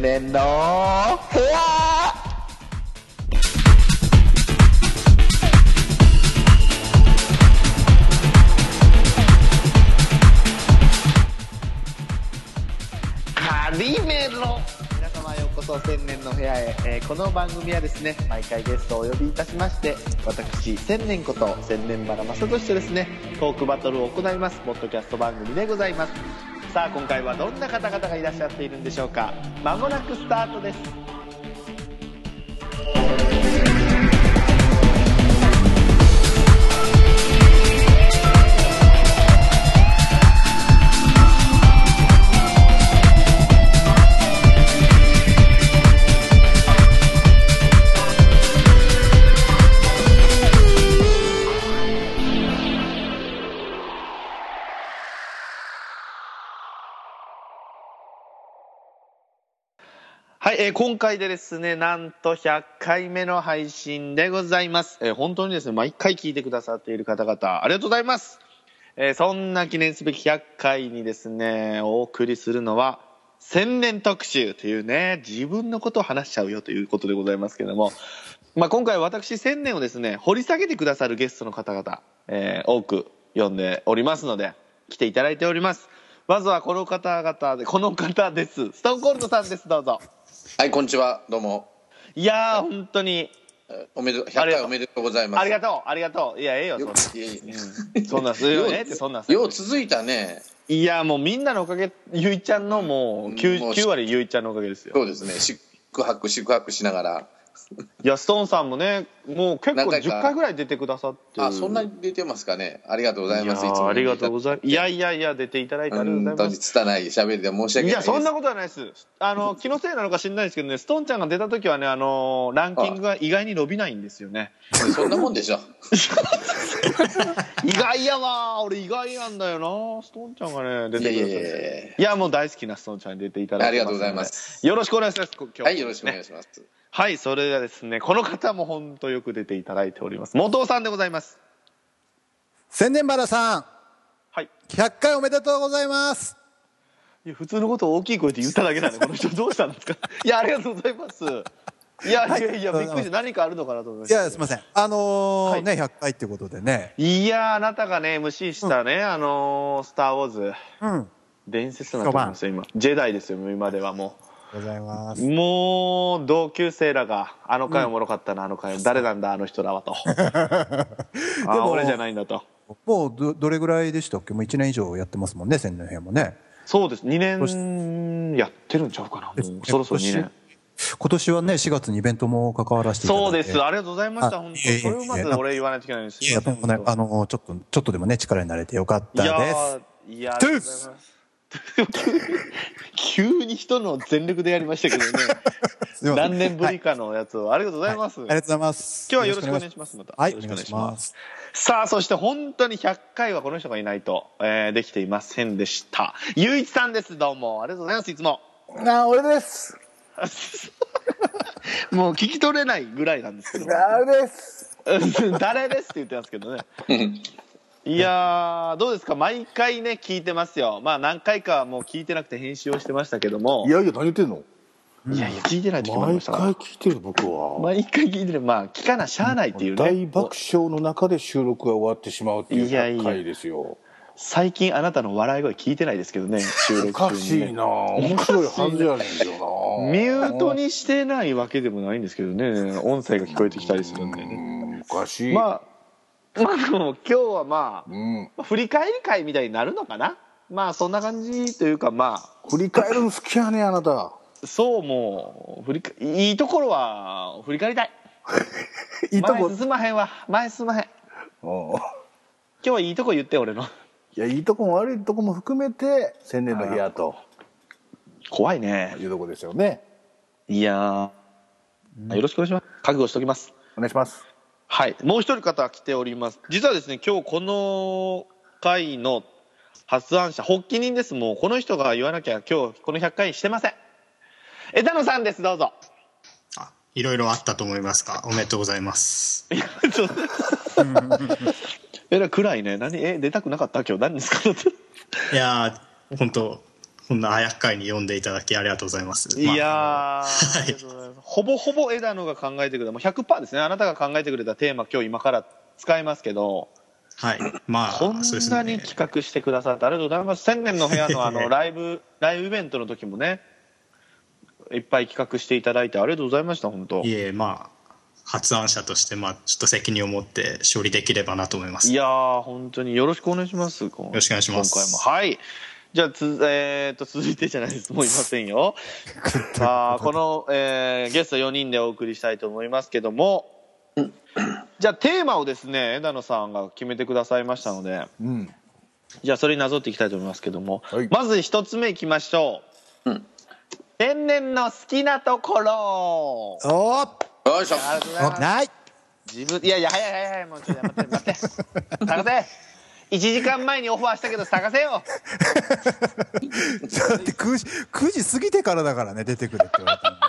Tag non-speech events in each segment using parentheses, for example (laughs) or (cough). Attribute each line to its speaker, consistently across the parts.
Speaker 1: ねんの部屋カリメロ皆様ようこそ千年の部屋へ、えーこの番組はですね毎回ゲストをお呼びいたしまして私千年こと千年原正俊とですねトークバトルを行いますポッドキャスト番組でございますさあ今回はどんな方々がいらっしゃっているんでしょうかまもなくスタートですはい、えー今回でですね、なんと100回目の配信でございます。えー本当にですね、毎回聞いてくださっている方々、ありがとうございます。えーそんな記念すべき100回にですね、お送りするのは、千年特集というね、自分のことを話しちゃうよということでございますけども、まあ、今回私千年をですね、掘り下げてくださるゲストの方々、えー多く呼んでおりますので、来ていただいております。まずはこの方々で、この方です。ストーンコールドさんです。どうぞ。
Speaker 2: はい、こんにちは。どうも。
Speaker 1: いやー、本当に。
Speaker 2: えおめでとう、100
Speaker 1: ありがと
Speaker 2: 回
Speaker 1: う
Speaker 2: おめでとうございます。
Speaker 1: ありがとう、ありがとう。いや、ええよ、そん
Speaker 2: よ
Speaker 1: な。
Speaker 2: いえい
Speaker 1: う
Speaker 2: え
Speaker 1: んそんなんするよねって、そんなんする
Speaker 2: よう続いたね。
Speaker 1: いや、もうみんなのおかげ、ゆいちゃんのもう9、
Speaker 2: もう
Speaker 1: 9割ゆいちゃんのおかげですよ。
Speaker 2: そうですね。宿泊、宿泊しながら。
Speaker 1: いや、ストーンさんもね、もう結構
Speaker 2: 何回か
Speaker 1: 10回ぐらい出てくださってる。
Speaker 2: あ、そんなに出てますかね。ありがとうござい
Speaker 1: いや
Speaker 2: ます。いつ
Speaker 1: ー
Speaker 2: も。
Speaker 1: ありがとうござ
Speaker 2: ざい
Speaker 1: います。いやいやいや、出ていただいてありがとうご
Speaker 2: 本
Speaker 1: ざい
Speaker 2: 当
Speaker 1: ま
Speaker 2: に
Speaker 1: す。
Speaker 2: 拙い喋りで申し訳ない
Speaker 1: い
Speaker 2: です。
Speaker 1: や、そんなことはないです。あの、気のせいなのか知らないですけどね、ストーンちゃんが出た時はね、あの、ランキングが意外に伸びないんですよ
Speaker 2: (laughs)
Speaker 1: ね。
Speaker 2: そんなもんでしょ。
Speaker 1: 意外やわー俺意外なんだよなストーンちゃんがね、出
Speaker 2: い
Speaker 1: て
Speaker 2: やい
Speaker 1: く
Speaker 2: や
Speaker 1: れたんで
Speaker 2: い
Speaker 1: すよ
Speaker 2: やい
Speaker 1: いやもう大好きなストーンちゃんに出ていただいて
Speaker 2: ありがとうございます
Speaker 1: のでよろしくお願いします今日
Speaker 2: や。
Speaker 1: も
Speaker 2: はい、よろしくお願
Speaker 1: ね
Speaker 2: いします。
Speaker 1: はいそれではですねこの方も本当よく出ていただいております元尾さんでございます
Speaker 3: 千年原さん
Speaker 1: はい
Speaker 3: 100回おめでとうございます
Speaker 1: いや普通のことを大きい声で言っただけなん (laughs) でこの人どうしたんですかいやありがとうございますいや、い、やいやびっくりして何かあるのかなと思いま
Speaker 3: い
Speaker 1: した
Speaker 3: やすみませんあのー
Speaker 1: はい
Speaker 3: ね100回ってことでね
Speaker 1: いやあなたがね MC したね、あのースター・ウォーズ」
Speaker 3: うん
Speaker 1: 伝説になってますよ今ジェダイですよ今ではも
Speaker 3: ございます
Speaker 1: うもう同級生らが「あの回おもろかったな、あの回誰なんだあの人らは」
Speaker 3: (laughs)
Speaker 1: と「あ
Speaker 3: も
Speaker 1: 俺じゃないんだ」と。
Speaker 3: もうどどれぐらいでしたっけもう1年以上やってますもんね千年編もね
Speaker 1: そうです2年やってるんちゃうかなもうそろそろ2
Speaker 3: 今
Speaker 1: 年
Speaker 3: 年今年はね4月にイベントも関わらせていただいて
Speaker 1: そうですありがとうございました
Speaker 3: あ
Speaker 1: 本当
Speaker 3: いえいえいえ
Speaker 1: それをまず俺言わないといけないんです
Speaker 3: いやとんでもないあのーちょっとちょっとでもね力になれてよかっ
Speaker 1: い
Speaker 3: た
Speaker 1: や
Speaker 3: です
Speaker 1: ーいやありがとうございます (laughs) 急に人の全力でやりましたけ
Speaker 3: (laughs)
Speaker 1: どね
Speaker 3: すいません
Speaker 1: 何年ぶりかのやつをありがとうございます
Speaker 3: ありがとうございます
Speaker 1: 今日はよろしくお願いしますまた
Speaker 3: はい
Speaker 1: よ
Speaker 3: お
Speaker 1: ろしくお
Speaker 3: 願
Speaker 1: 願い
Speaker 3: い
Speaker 1: し
Speaker 3: し
Speaker 1: ま
Speaker 3: ます
Speaker 1: さあそして本当に100回はこの人がいないとえーできていませんでしたゆういちさんですどうもありがとうございますいつ
Speaker 4: (laughs)
Speaker 1: も
Speaker 4: なあ、俺です。
Speaker 1: もう聞き取れないぐらいなんですけど
Speaker 4: なあ、俺です。 (laughs)
Speaker 1: うん誰ですって言ってますけどねいやーどうですか毎回ね聞いてますよまあ何回かはもう聞いてなくて編集をしてましたけども
Speaker 4: いやいや、何言ってんの
Speaker 1: いやいや聞いてない時もあり
Speaker 4: 毎
Speaker 1: ました
Speaker 4: 回聞いてる、僕は。
Speaker 1: 毎回聞いてるまあ聞かなしゃあないっていう
Speaker 4: 大
Speaker 1: ね
Speaker 4: 爆笑の中で収録が終わってしまうっていう
Speaker 1: いやいや
Speaker 4: 100回ですよ。
Speaker 1: 最近あなたの笑い声聞いてないですけどね収
Speaker 4: お
Speaker 1: 録
Speaker 4: か
Speaker 1: 中
Speaker 4: し
Speaker 1: に、
Speaker 4: い
Speaker 1: ね、
Speaker 4: な面白いはずやねんけどな
Speaker 1: (laughs) ミュートにしてないわけでもないんですけどね音声が聞こえてきたりするんで
Speaker 4: う
Speaker 1: ね
Speaker 4: ん、おかしい。
Speaker 1: まあまあでも今日はまあ
Speaker 4: うん。
Speaker 1: まあ振り返り会みたいになるのかなまあそんな感じというかまあ
Speaker 4: 振り返るの好きやねあ
Speaker 1: (laughs)
Speaker 4: なた。
Speaker 1: そうもう振りかいいところは振り返りたい
Speaker 4: いいとこ
Speaker 1: 前。進まへんわ前進まへん今
Speaker 4: うん
Speaker 1: 日はいいとこ言って俺の
Speaker 4: いや、いいとこも悪いとこも含めて、千年の部屋と
Speaker 1: 怖いね
Speaker 4: いうとこですよね。
Speaker 1: いやーよろしくお願いします覚悟しときます
Speaker 4: お願いします。
Speaker 1: はいもう一人方来ております実はですね今日この回の発案者発起人ですもうこの人が言わなきゃ今日この100回してません枝野さんですど (laughs) うぞ
Speaker 5: あいろいろあったと思いますが、おめでとうございます。
Speaker 1: いやちょっとえらい暗いね何え出たくなかった今日何ですか
Speaker 5: いやー、本当こんなあやっかいに読んでいただきありがとうございます。
Speaker 1: (laughs) い
Speaker 5: まあ
Speaker 1: やー、ありがとうございますほぼほぼ枝野が考えてくれたもう100%ですねあなたが考えてくれたテーマ今日今から使いますけど
Speaker 5: はい。まあ、
Speaker 1: こん
Speaker 5: そうです
Speaker 1: なに
Speaker 5: ね。
Speaker 1: 企画してくださってありがとうございます千年の部屋のあ
Speaker 5: いえい (laughs)
Speaker 1: の
Speaker 5: え
Speaker 1: ライブライブイベントの時もねいっぱい企画していただいてありがとうございました本当
Speaker 5: いえ、まあ、発案者として、まあ、ちょっと責任を持って処理できればなと思います。
Speaker 1: いやー本当によろしくお願いしますよ
Speaker 5: ろしくお願いします
Speaker 1: 今回もはいじゃあつ、えー、と続いてじゃないですもういません
Speaker 5: (laughs)
Speaker 1: よさあこの、えーゲスト4人でお送りしたいと思いますけどもじゃあテーマをですね枝野さんが決めてくださいましたので
Speaker 4: うん。
Speaker 1: じゃあそれになぞっていきたいと思いますけども、
Speaker 4: はい
Speaker 1: まず一つ目いきましょう、
Speaker 2: うん
Speaker 1: 天然の好きなところ
Speaker 3: おー
Speaker 2: よいしょ
Speaker 1: ありがとうございます
Speaker 3: おない
Speaker 1: 自分いやいや早い早い早いもうちょっと待って (laughs) 待って探せ1時間前にオファーしたけど探せよ
Speaker 3: だって9時 ,9 時過ぎてからだからね出てくるって言われたん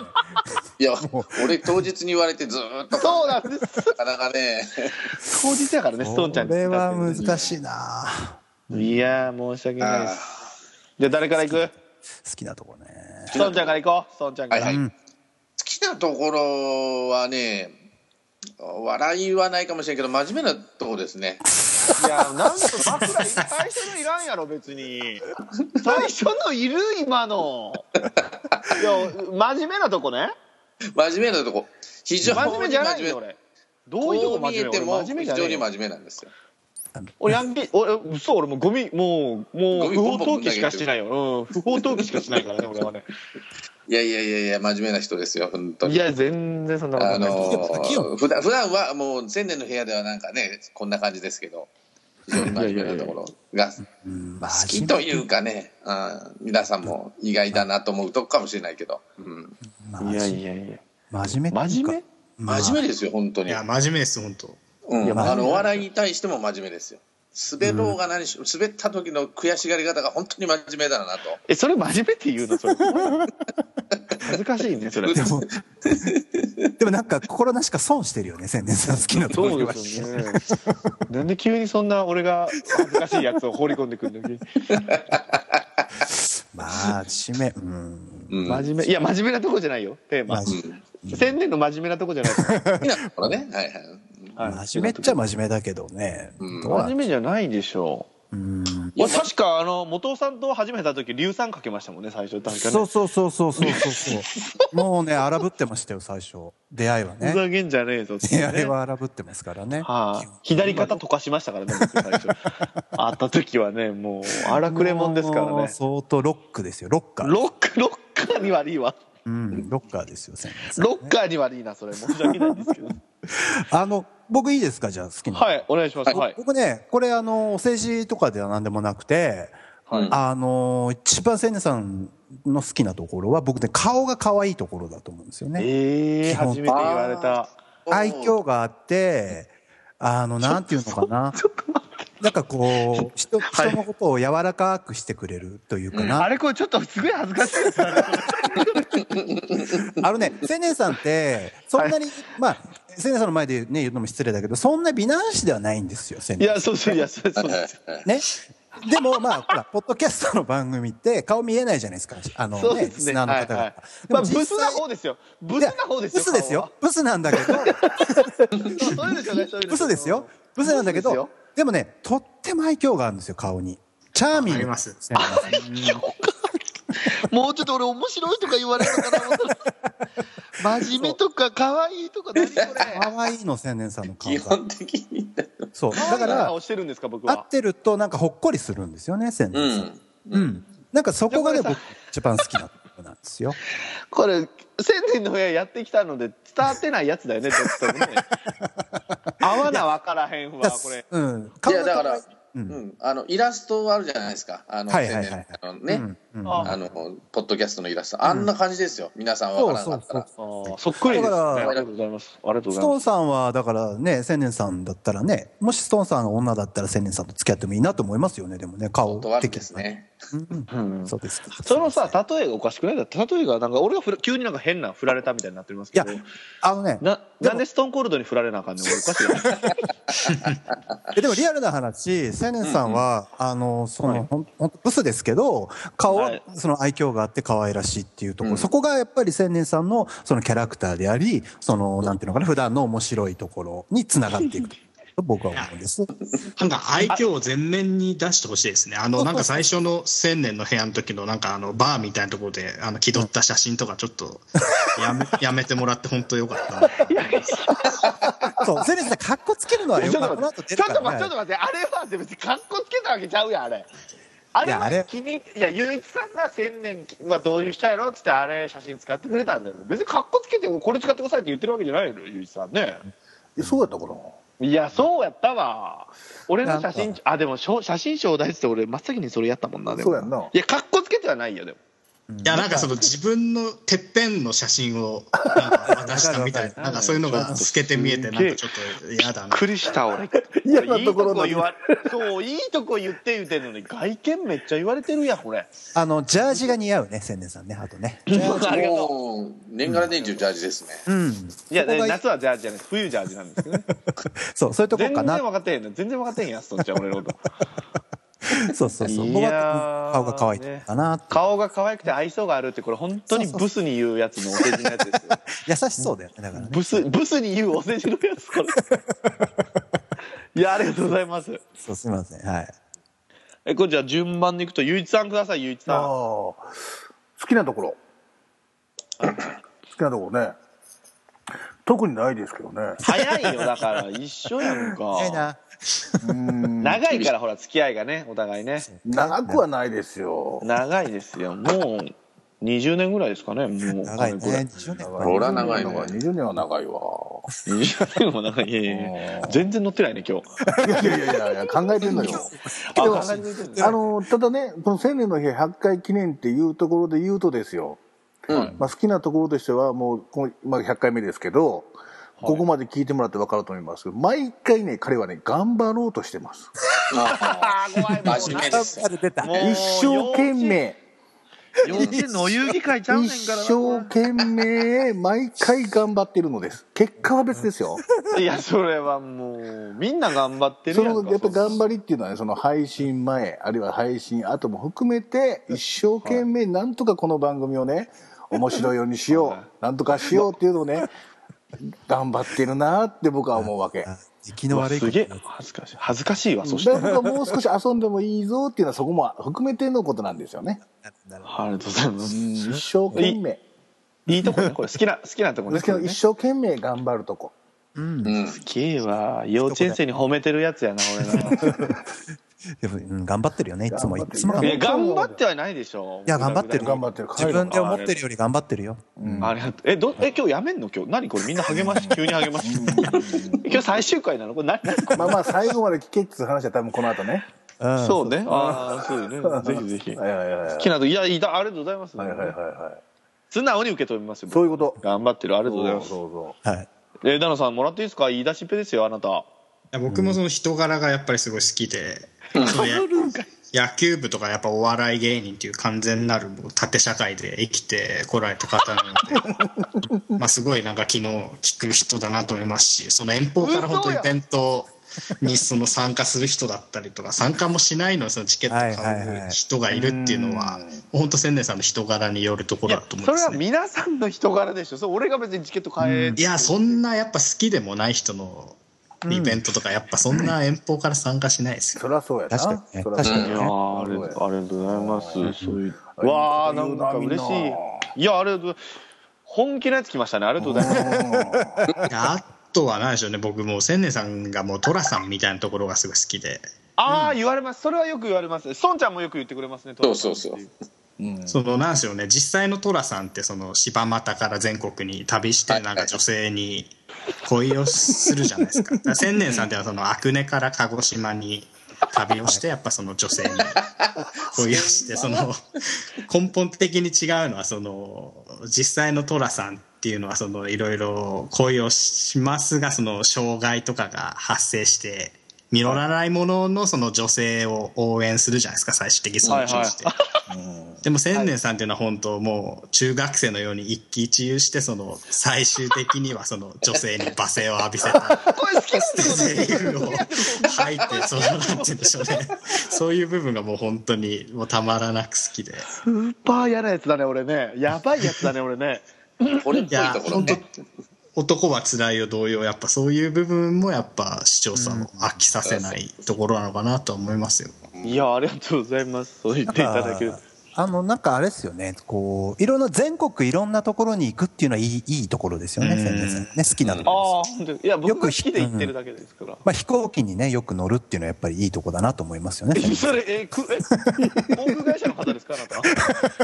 Speaker 3: で
Speaker 2: いや俺当日に言われてずーっと
Speaker 1: そうなんです
Speaker 2: なかなか
Speaker 1: (laughs)
Speaker 2: ね
Speaker 1: 当日やからねストーンちゃん
Speaker 3: こ
Speaker 1: に
Speaker 3: れは
Speaker 1: 伝ってる
Speaker 3: 難しいな
Speaker 1: ねいやー申し訳ないで
Speaker 2: あ
Speaker 1: すじゃあ誰から行く
Speaker 3: 好きなとこね
Speaker 1: ストーンちゃんから行こうストーンちゃん
Speaker 2: ー
Speaker 1: か
Speaker 2: はい
Speaker 1: ら、
Speaker 2: はい、
Speaker 3: うん
Speaker 2: 好きなところはね笑いはないかもしれんけど真面目なとこですね (laughs)
Speaker 1: いやなんと枕最初のいらんやろ別
Speaker 2: (laughs)
Speaker 1: に最初のいる今のいや真面目なとこね
Speaker 2: 真面目なとこ非常に
Speaker 1: 真面目じゃない
Speaker 2: 真 (laughs) 面
Speaker 1: よ
Speaker 2: 目
Speaker 1: 俺どういうとこ
Speaker 2: こう
Speaker 1: 真
Speaker 2: 見え
Speaker 1: 面目
Speaker 2: て
Speaker 1: 俺
Speaker 2: も
Speaker 1: 真
Speaker 2: 非
Speaker 1: 面目じゃね
Speaker 2: 常
Speaker 1: え
Speaker 2: に
Speaker 1: よ
Speaker 2: 真面目なんですよ
Speaker 1: 俺ヤンキー、俺、嘘、俺もうゴミ、もう、もう、
Speaker 2: ゴミ
Speaker 1: 不法投棄しかしてないよ。うん、不法投棄しかしないからね、俺はね。
Speaker 2: いやいやいやいや真面目な人ですよ本当に
Speaker 1: いや、全然そんなこと
Speaker 2: あ
Speaker 1: ない。
Speaker 2: の
Speaker 3: 器用
Speaker 2: ー、普段普段はもう千年の部屋ではなんかねこんな感じですけど非常に真面目なところが
Speaker 3: うん
Speaker 2: 好
Speaker 3: 好
Speaker 2: きというかね、うん、皆さんも意外だなと思うとこかもしれないけど、うん、
Speaker 1: いや
Speaker 3: 真
Speaker 1: いやいや。
Speaker 3: 面目ってい
Speaker 1: 真
Speaker 3: うか
Speaker 1: 面
Speaker 3: まあ
Speaker 2: 真面目ですよ本当
Speaker 5: い
Speaker 2: に、
Speaker 5: や、真面目です、本当。
Speaker 2: う
Speaker 1: いや
Speaker 2: ん、
Speaker 1: まあ
Speaker 2: あのお笑いに対しても真面目ですよ滑ろうが何し滑った時の悔しがり方が本当に真面目だなと
Speaker 1: え、それ真面目って言うのそれ。 (laughs) 恥ずかしいね、それ。
Speaker 3: でもなん (laughs) か心なしか損してるよね千年さん好きなとこ
Speaker 1: そうですよね。なんで急にそんな俺が恥ずかしいやつを放り込んでくるのに。
Speaker 3: まあ真面目うん
Speaker 2: うん、
Speaker 1: 真面目。いや、真面目なとこじゃないよ、テーマ。
Speaker 3: 真面
Speaker 1: 千年の真面目なとこじゃないから。
Speaker 2: 好きなところねはいはい
Speaker 1: はい
Speaker 3: 真面目っちゃ真面目だけどね
Speaker 2: うん
Speaker 3: どう
Speaker 1: 真
Speaker 3: なん
Speaker 1: 面目じゃないでしょう。
Speaker 3: うん
Speaker 1: 俺確かあの元尾さんと始めた時硫酸かけましたもんね最初確かね
Speaker 3: そうそうそうそうそうそうそうもうね荒ぶってましたよ最初出会いは
Speaker 1: (laughs) ふ
Speaker 3: ね
Speaker 1: ざけんじゃねえぞってね
Speaker 3: 出会いは荒ぶってますからね
Speaker 1: はい左肩溶かしましたからね僕最
Speaker 3: (laughs)
Speaker 1: 初会った時はねもう荒くれもんですから
Speaker 3: もう
Speaker 1: ね
Speaker 3: 相当ロックですよロッカー
Speaker 1: ロッカーロッカーに悪いわ
Speaker 3: うんロッカーですよ千年さん
Speaker 1: ロッカーに悪いなそれ申し訳ないんです
Speaker 3: (laughs)
Speaker 1: けど
Speaker 3: あの僕いいですかじゃあ好きな
Speaker 1: はいお願いします
Speaker 2: は
Speaker 1: はい
Speaker 3: 僕ねこれあのお世辞とかでは何でもなくて、
Speaker 2: はい
Speaker 3: あの一番千年さんの好きなところは僕ね顔が可愛いところだと思うんですよね、
Speaker 1: ええ
Speaker 3: 基本
Speaker 1: 初めて言われた
Speaker 3: 愛嬌があってあのなんていうのかななんかこう人人のことを柔らかくしてくれるというかな、
Speaker 1: あれこれちょっとすごい恥ずかしいですね
Speaker 3: あのね、千年さんって、そんなに、まあ、千年さんの前でね、言うのも失礼だけど、そんな美男子ではないんですよ、千
Speaker 1: い
Speaker 3: 年。
Speaker 1: やそうそういやそうそう
Speaker 2: はい
Speaker 1: で
Speaker 2: はい
Speaker 1: す
Speaker 2: はい
Speaker 3: ね。でも、まあ、ほら、ポッドキャストの番組って、顔見えないじゃないですか、あの、
Speaker 1: そう
Speaker 3: ね、
Speaker 1: で
Speaker 3: リ
Speaker 1: す
Speaker 3: ス
Speaker 1: ね
Speaker 3: ナーの方
Speaker 1: はいは
Speaker 3: が
Speaker 1: い。
Speaker 3: でも
Speaker 1: まあブ
Speaker 3: 実
Speaker 1: スな
Speaker 3: 際
Speaker 1: 方ですよブスな方ですよ
Speaker 3: いやブスですよ。ブスなん
Speaker 1: (laughs)
Speaker 3: だけど、
Speaker 1: 顔はそうですよねそういうの
Speaker 3: ブスですよ。ブスなんだけ
Speaker 1: ブスですよ
Speaker 3: ど、でもね、とっても愛嬌があるんですよ、顔に。チャーミング。
Speaker 5: あります (laughs)
Speaker 3: 千年さん
Speaker 1: もうちょっと俺面白いとか言われるのかな思ったら真面目とか可愛いとか何それ
Speaker 3: 可愛いの、千年さんの顔
Speaker 2: 基
Speaker 3: が。
Speaker 2: 本的に
Speaker 3: そう。だ
Speaker 1: だ
Speaker 3: か
Speaker 1: から
Speaker 3: ら
Speaker 1: 顔、してるんですか僕
Speaker 3: 会っ
Speaker 1: は
Speaker 3: てると、なんかほっこりするんですよね、千
Speaker 2: う
Speaker 3: 年さん。
Speaker 2: ん
Speaker 3: うん。なんかそこがね、
Speaker 1: じゃあ
Speaker 3: 僕一番好きなところなんです
Speaker 1: (laughs)
Speaker 3: よ。
Speaker 1: これ千年の部屋やってきたので伝わってないやつだよ (laughs) ねちょっとね合わなわからへんわこれ
Speaker 3: うん。
Speaker 2: いやだから、
Speaker 3: う
Speaker 2: うんんあのイラストあるじゃないですかあの、
Speaker 3: はいはいはいはい
Speaker 2: 青年のね、
Speaker 3: うんうん
Speaker 1: あ
Speaker 2: あのポッドキャストのイラストあんな感じですよ、皆さんわからなかったら
Speaker 1: あーそっくりですね
Speaker 3: だから
Speaker 1: ありがとうございますありがとうご
Speaker 3: ス
Speaker 1: ざい
Speaker 3: トー
Speaker 1: ま
Speaker 3: ンさんはだからね千年さんだったらねもしストーンさんが女だったら千年さんと付き合ってもいいなと思いますよねでもね顔
Speaker 2: 断る
Speaker 3: 的
Speaker 2: ですね
Speaker 3: にうん
Speaker 1: す、うん
Speaker 3: そうですか
Speaker 1: そのさ例えがおかしくないだって例えがなんか俺がふら急になんか変な振られたみたいになってますけど
Speaker 3: いやあのね
Speaker 1: ななんでストーンコールドに振られなあかんねん俺おかしいよね
Speaker 3: えでもリアルな話千年さんはあのそのほんほんとブスですけど顔
Speaker 1: はい
Speaker 3: はその愛嬌があって可愛らしいっていうところ、
Speaker 2: うん
Speaker 3: そこがやっぱり千年さんのそのキャラクターであり、その、なんていうのかな、普段の面白いところにつながっていくと。
Speaker 1: (laughs)
Speaker 3: 僕は思うんです。
Speaker 5: なんか愛嬌を全面に出してほしいですね。あの、なんか最初の千年の部屋の時の、なんかあの、バーみたいなところで、あの、気取った写真とかちょっとやめ、やめてもらって本当よかったな。
Speaker 3: そう、千年さん、かっこつけるのは
Speaker 1: ちょっと
Speaker 3: よくない。この
Speaker 1: 待っ
Speaker 3: 後
Speaker 1: て、
Speaker 3: 出
Speaker 1: ち
Speaker 3: る
Speaker 1: ょ
Speaker 3: か
Speaker 1: っと
Speaker 3: ら
Speaker 1: 待って、ちょっ
Speaker 3: ね。
Speaker 1: と待って、あれはで別にかっこつけたわけちゃうやん、あれ。あれ
Speaker 3: いやあれ
Speaker 1: は気に入って、いや、ゆういちさんが千年はどういう人やろっつって、あれ写真使ってくれたんだよ。別にかっこつけて、これ使ってくださいって言ってるわけじゃないのよ、ゆういちさんね。
Speaker 4: えそうやったかない
Speaker 1: や、そうやったわ。俺の写
Speaker 3: なん
Speaker 1: 真、あ、でも、しょ写真賞大好きって俺、真っ先にそれやったもんな、でも。
Speaker 4: そうやんない
Speaker 1: や、かっこつけてはないよ、でも。
Speaker 5: いや、なんかその自分のてっぺんの写真をなんか渡したみた (laughs) いな、なんかそういうのが透けて見えて、なんかちょっと嫌だ
Speaker 1: びっ
Speaker 5: な。
Speaker 1: くりした、俺。
Speaker 4: 嫌なところだ
Speaker 1: いいとこ言わそう、いいとこ言って言うてんのに、外見めっちゃ言われてるやん、これ。
Speaker 3: あの、ジャージが似合うね、千年さんね、あとね。ジャージ
Speaker 1: ありがとう。
Speaker 2: もう年がら年中ジャージですね、
Speaker 3: うん。
Speaker 1: いや、
Speaker 3: そこ
Speaker 1: ね
Speaker 3: が
Speaker 1: 夏はジャージじゃない冬ジャージなんですけどね。
Speaker 3: そう、そういうとこ
Speaker 1: 全
Speaker 3: か
Speaker 1: 然
Speaker 3: な。
Speaker 1: 分かってへんの全然分かってへんやつとんちゃん、俺のこと。
Speaker 3: そうそうそう。
Speaker 1: いやー
Speaker 3: 僕は顔が可愛いかなって。
Speaker 1: 顔が可愛くて愛想があるって、これ本当にブスに言うやつのお世辞のやつですよ。
Speaker 3: 優しそうだよね、だからね。
Speaker 1: ブス、ブスに言うお世辞のやつ、これ。 (laughs) いや、ありがとうございます。
Speaker 3: そう、すみません。はい。
Speaker 1: え、これじゃあ順番に行くと、ゆういちさんください、ゆういち
Speaker 4: ああ
Speaker 1: さ
Speaker 4: 好きなところ好きなところね特にないですけどね
Speaker 1: ん。早いよ、だから、一緒やん
Speaker 3: 早い
Speaker 1: か。
Speaker 3: な。
Speaker 4: うん
Speaker 1: 長いから、ほら、付き合いがね、お互いね。
Speaker 4: 長くはないですよ
Speaker 1: 長いですよ。もう、20年ぐらいですかね、もう。
Speaker 3: 長いね。
Speaker 1: これ
Speaker 3: 20年
Speaker 2: いほら長いね
Speaker 4: 20年は長いわ
Speaker 1: 20年も長い。いやいやいや全然乗ってないね、今日。
Speaker 4: いやいやいやいや考えてんのよ
Speaker 1: あ、
Speaker 4: でも
Speaker 1: 考えてくれてる
Speaker 4: あのただねこの千年の日100回記念っていうところで言うとですよ、
Speaker 2: うん
Speaker 4: まあ、好きなところとしてはもうこの、まあ、100回目ですけど、ここまで聞いてもらって分かると思いますけど毎回ね彼はね頑張ろうとしてます
Speaker 1: あー怖いもう
Speaker 2: 真面目です
Speaker 3: あれ出た。
Speaker 1: もう
Speaker 4: 一生懸命
Speaker 1: 幼稚園のお遊戯会ちゃうね
Speaker 4: 一
Speaker 1: んからな
Speaker 4: 生懸命毎回頑張ってるの
Speaker 1: (laughs)
Speaker 4: です結果は別ですよ
Speaker 1: いやそれはもうみんな頑張ってる
Speaker 4: そ
Speaker 1: やん
Speaker 4: の
Speaker 1: か
Speaker 4: やっぱ頑張りっていうのはねその配信前あるいは配信後も含めて一生懸命なんとかこの番組をね面白いようにしよ
Speaker 1: はいう
Speaker 4: なんとかしようっていうのをね頑張ってるなって僕は思うわけだ
Speaker 3: あ生きの悪い
Speaker 1: す
Speaker 3: こ
Speaker 1: げえ
Speaker 3: とだ
Speaker 1: 恥ずかしい恥ずかしいわ (laughs) そし
Speaker 4: か
Speaker 1: て
Speaker 4: ら僕はもう少し遊んでもいいぞっていうのはそこも含めてのことなんですよね
Speaker 3: なるほ
Speaker 1: ありがとうございます
Speaker 4: 一生懸命
Speaker 1: いいとこねこれ好きな好きなとこね
Speaker 4: ですけど一
Speaker 1: 好
Speaker 4: 生懸命頑張るとこ
Speaker 3: どうん
Speaker 2: う。ん
Speaker 1: きえわ幼稚園生に褒めてるやつやな俺な
Speaker 3: でもうん頑張ってるよね、いつも。い
Speaker 4: 頑張ってる
Speaker 3: つも頑
Speaker 1: い
Speaker 3: 張っ
Speaker 1: や頑張ってはないでしょ
Speaker 3: いや頑張ってる
Speaker 4: 頑張ってる
Speaker 3: 自分で思ってるより頑張ってるよ。
Speaker 1: ありがとうえどえ今日やめんの今日何これみんな励まし急に励まし今日最終回なのこれ何何こ
Speaker 4: まあまあ最後まで聞けっつう話は多分この後ね。
Speaker 3: うん
Speaker 1: れそうねああそうねぜひぜひ
Speaker 4: はい
Speaker 1: 好
Speaker 4: はいはいはい。
Speaker 1: きなといやいたありがとうございます
Speaker 4: はいはいはいは
Speaker 1: 素直に受け止めますよ
Speaker 4: い。そういうこと。
Speaker 1: 頑張ってるありがとうございます
Speaker 4: そうそ
Speaker 3: はい。
Speaker 1: えー、ダノさんもらっていいですか言い出しっぺですよあなた
Speaker 5: いや僕もその人柄がやっぱりすごい好きで、そのや野球部とかやっぱお笑い芸人っていう完全なるもう縦社会で生きてこられた方なの (laughs) でまあすごいなんか昨日聞く人だなと思いますしその遠方から本当にイベントにその参加する人だったりとか参加もしないのにそのチケット
Speaker 3: はいはい
Speaker 5: 買
Speaker 3: は
Speaker 5: う
Speaker 3: い
Speaker 5: 人がいるっていうのは本当千年さんの人柄によるところだと思い
Speaker 1: そ
Speaker 5: ま
Speaker 1: れ
Speaker 5: す
Speaker 1: は
Speaker 5: ね。
Speaker 1: 皆さんの人柄でしょそれ俺が別にチケット買え、
Speaker 5: いやそんなやっぱ好きでもない人のイベントとかやっぱそんな遠方から参加しないです
Speaker 4: う。
Speaker 5: よ
Speaker 4: そりゃそうやな。
Speaker 3: 確かにね
Speaker 4: そりゃそう
Speaker 3: 確かに
Speaker 1: い
Speaker 4: や
Speaker 1: や
Speaker 4: な
Speaker 1: ーありありがとうございますそういう
Speaker 4: いい
Speaker 1: わあ
Speaker 4: こ
Speaker 1: な
Speaker 4: と言うんな
Speaker 1: か嬉し
Speaker 4: みん
Speaker 1: い
Speaker 4: ない
Speaker 1: やありがとう本気のやつ来ましたねありがとうございます
Speaker 5: あとは何でしょうね僕もう千年さんがもう寅さんみたいなところがすごい好きで、
Speaker 1: ああ言われますそれはよく言われます孫ちゃんもよく言ってくれますね
Speaker 2: そうそうそう
Speaker 5: その何でしょうね実際の寅さんってその柴又から全国に旅してなんか女性に恋をするじゃないですか (laughs) だから千年さんってのはその阿久根から鹿児島に旅をしてやっぱその女性に恋をして (laughs) その根本的に違うのはその実際の寅さんっていうのはそのいろいろ恋をしますがその障害とかが発生して実らないもののその女性を応援するじゃないですか最終的にその
Speaker 1: はいはい
Speaker 5: して。でも千年さんっていうのは本当もう中学生のように一喜一憂してその最終的にはその女性に罵声を浴びせた
Speaker 1: これ好きなんてこと
Speaker 5: セリフを吐いてそのなんて言うんでしょうねそういう部分がもう本当にもうたまらなく好きで
Speaker 1: スーパー嫌なやつだね俺ねやばいやつだね俺ね
Speaker 2: 俺っぽいところね
Speaker 5: いや男は辛いよ同様やっぱそういう部分もやっぱ視聴者を飽きさせないところなのかなとは思いますよ
Speaker 1: いやありがとうございますそう言っていただける
Speaker 3: なんかあの、なんかあれですよね、こう、いろんな、全国いろんなところに行くっていうのはいい、いいところですよね、
Speaker 5: うん
Speaker 3: 千年さんね。好きなと
Speaker 1: あ
Speaker 3: こ
Speaker 1: あ
Speaker 3: ろで
Speaker 1: 本
Speaker 3: す。
Speaker 1: 当にいや
Speaker 3: よ
Speaker 1: 僕
Speaker 3: く
Speaker 1: が好きで言ってるだけですから、
Speaker 3: まあ、飛行機にね、よく乗るっていうのはやっぱりいいとこだなと思いますよね。
Speaker 1: (laughs) それえーく
Speaker 3: (laughs)
Speaker 1: え航空会社の方ですかあなた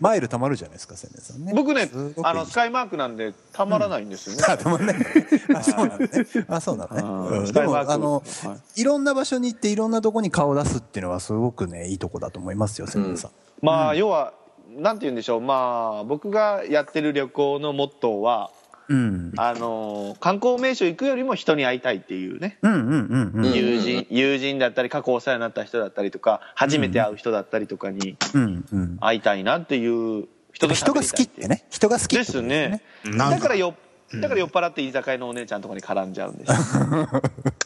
Speaker 3: マイル貯まるじゃないですか、千年さんね。
Speaker 1: 僕ね
Speaker 3: すごくいい
Speaker 1: あのスカイマークなんでたまらないんですよね、
Speaker 3: あ、たまんないんだね。あ、そうなのね。あ、そうなのね
Speaker 1: うん
Speaker 3: うん。でも、
Speaker 1: スカイマーク
Speaker 3: あの
Speaker 1: はい、
Speaker 3: いろんな場所に行って、いろんなとこに顔を出すっていうのは、すごくね、いいとこだと思いますよ、千年さん。
Speaker 1: まあ、要はなんて言うんでしょうまあ僕がやってる旅行のモットーは
Speaker 3: うん。
Speaker 1: あのー観光名所行くよりも人に会いたいっていうね
Speaker 3: うんうんうんうん。
Speaker 2: ん
Speaker 1: 友人友人だったり過去お世話になった人だったりとか初めて会う人だったりとかに
Speaker 3: うんうん。
Speaker 1: 会いたいなっていう人と
Speaker 3: 人
Speaker 1: 喋
Speaker 3: が
Speaker 1: り
Speaker 3: 好
Speaker 1: た
Speaker 3: き
Speaker 1: い
Speaker 3: っ
Speaker 1: って
Speaker 3: てね。人が好きって
Speaker 1: で
Speaker 3: こと
Speaker 1: すね
Speaker 5: なん
Speaker 1: だ
Speaker 5: か
Speaker 1: からよだから酔っ払って居酒屋のお姉ちゃんとかに絡んじゃうんですよ
Speaker 2: ま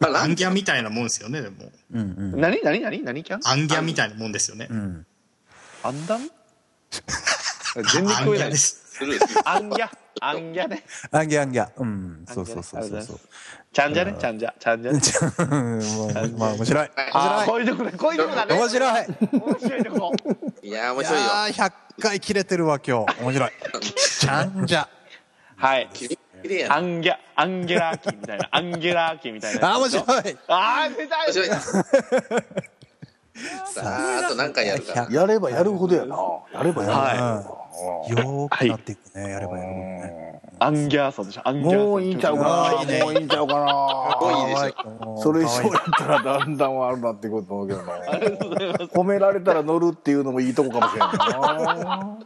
Speaker 2: あラ
Speaker 5: アン
Speaker 2: ン
Speaker 5: ギャみたいなもんですよねでも
Speaker 3: うんうん。
Speaker 1: 何何何何キャン
Speaker 5: アンギャみたいなもんですよね
Speaker 3: うん。
Speaker 1: アンダン全然聞こえな
Speaker 5: アンギャ
Speaker 1: い
Speaker 5: です
Speaker 2: スルーです
Speaker 1: アンギャアンギャね
Speaker 3: あんぎゃあんぎゃ。うん。そうそうそうそうそう。
Speaker 1: ちゃんじゃねちゃんじゃちゃんじゃね
Speaker 3: 네. (laughs) うんまあ面白い。
Speaker 1: ああこういうとこねこういうとこだね
Speaker 3: 面白い。
Speaker 1: 面白いとこ
Speaker 2: いやー面
Speaker 3: い
Speaker 2: 白いよ
Speaker 3: やー100回切れてるわ今日。面白い。ちゃんじゃ。
Speaker 1: はい
Speaker 2: 綺麗や
Speaker 1: ア
Speaker 2: な
Speaker 1: ンギャアンゲラーキみたいなアンゲラーキみたいな
Speaker 3: あー面白い。
Speaker 1: あー出た
Speaker 2: 面白い (laughs)
Speaker 1: い
Speaker 2: さああと何回やるかな
Speaker 4: やればやるほどやな。やればやるほど。
Speaker 3: はい。よーくなっていくね。やればやるほどね。
Speaker 1: アンギャーソンでしょアンギャーソン
Speaker 4: もういいんちゃう
Speaker 3: あ
Speaker 4: か
Speaker 3: ーいいね
Speaker 4: な。もういいんちゃうか
Speaker 2: ごいでしょ
Speaker 4: な。それ以上やったらだんだん悪なっていくると思うけどな。褒められたら乗るっていうのもいいとこかもしれないな。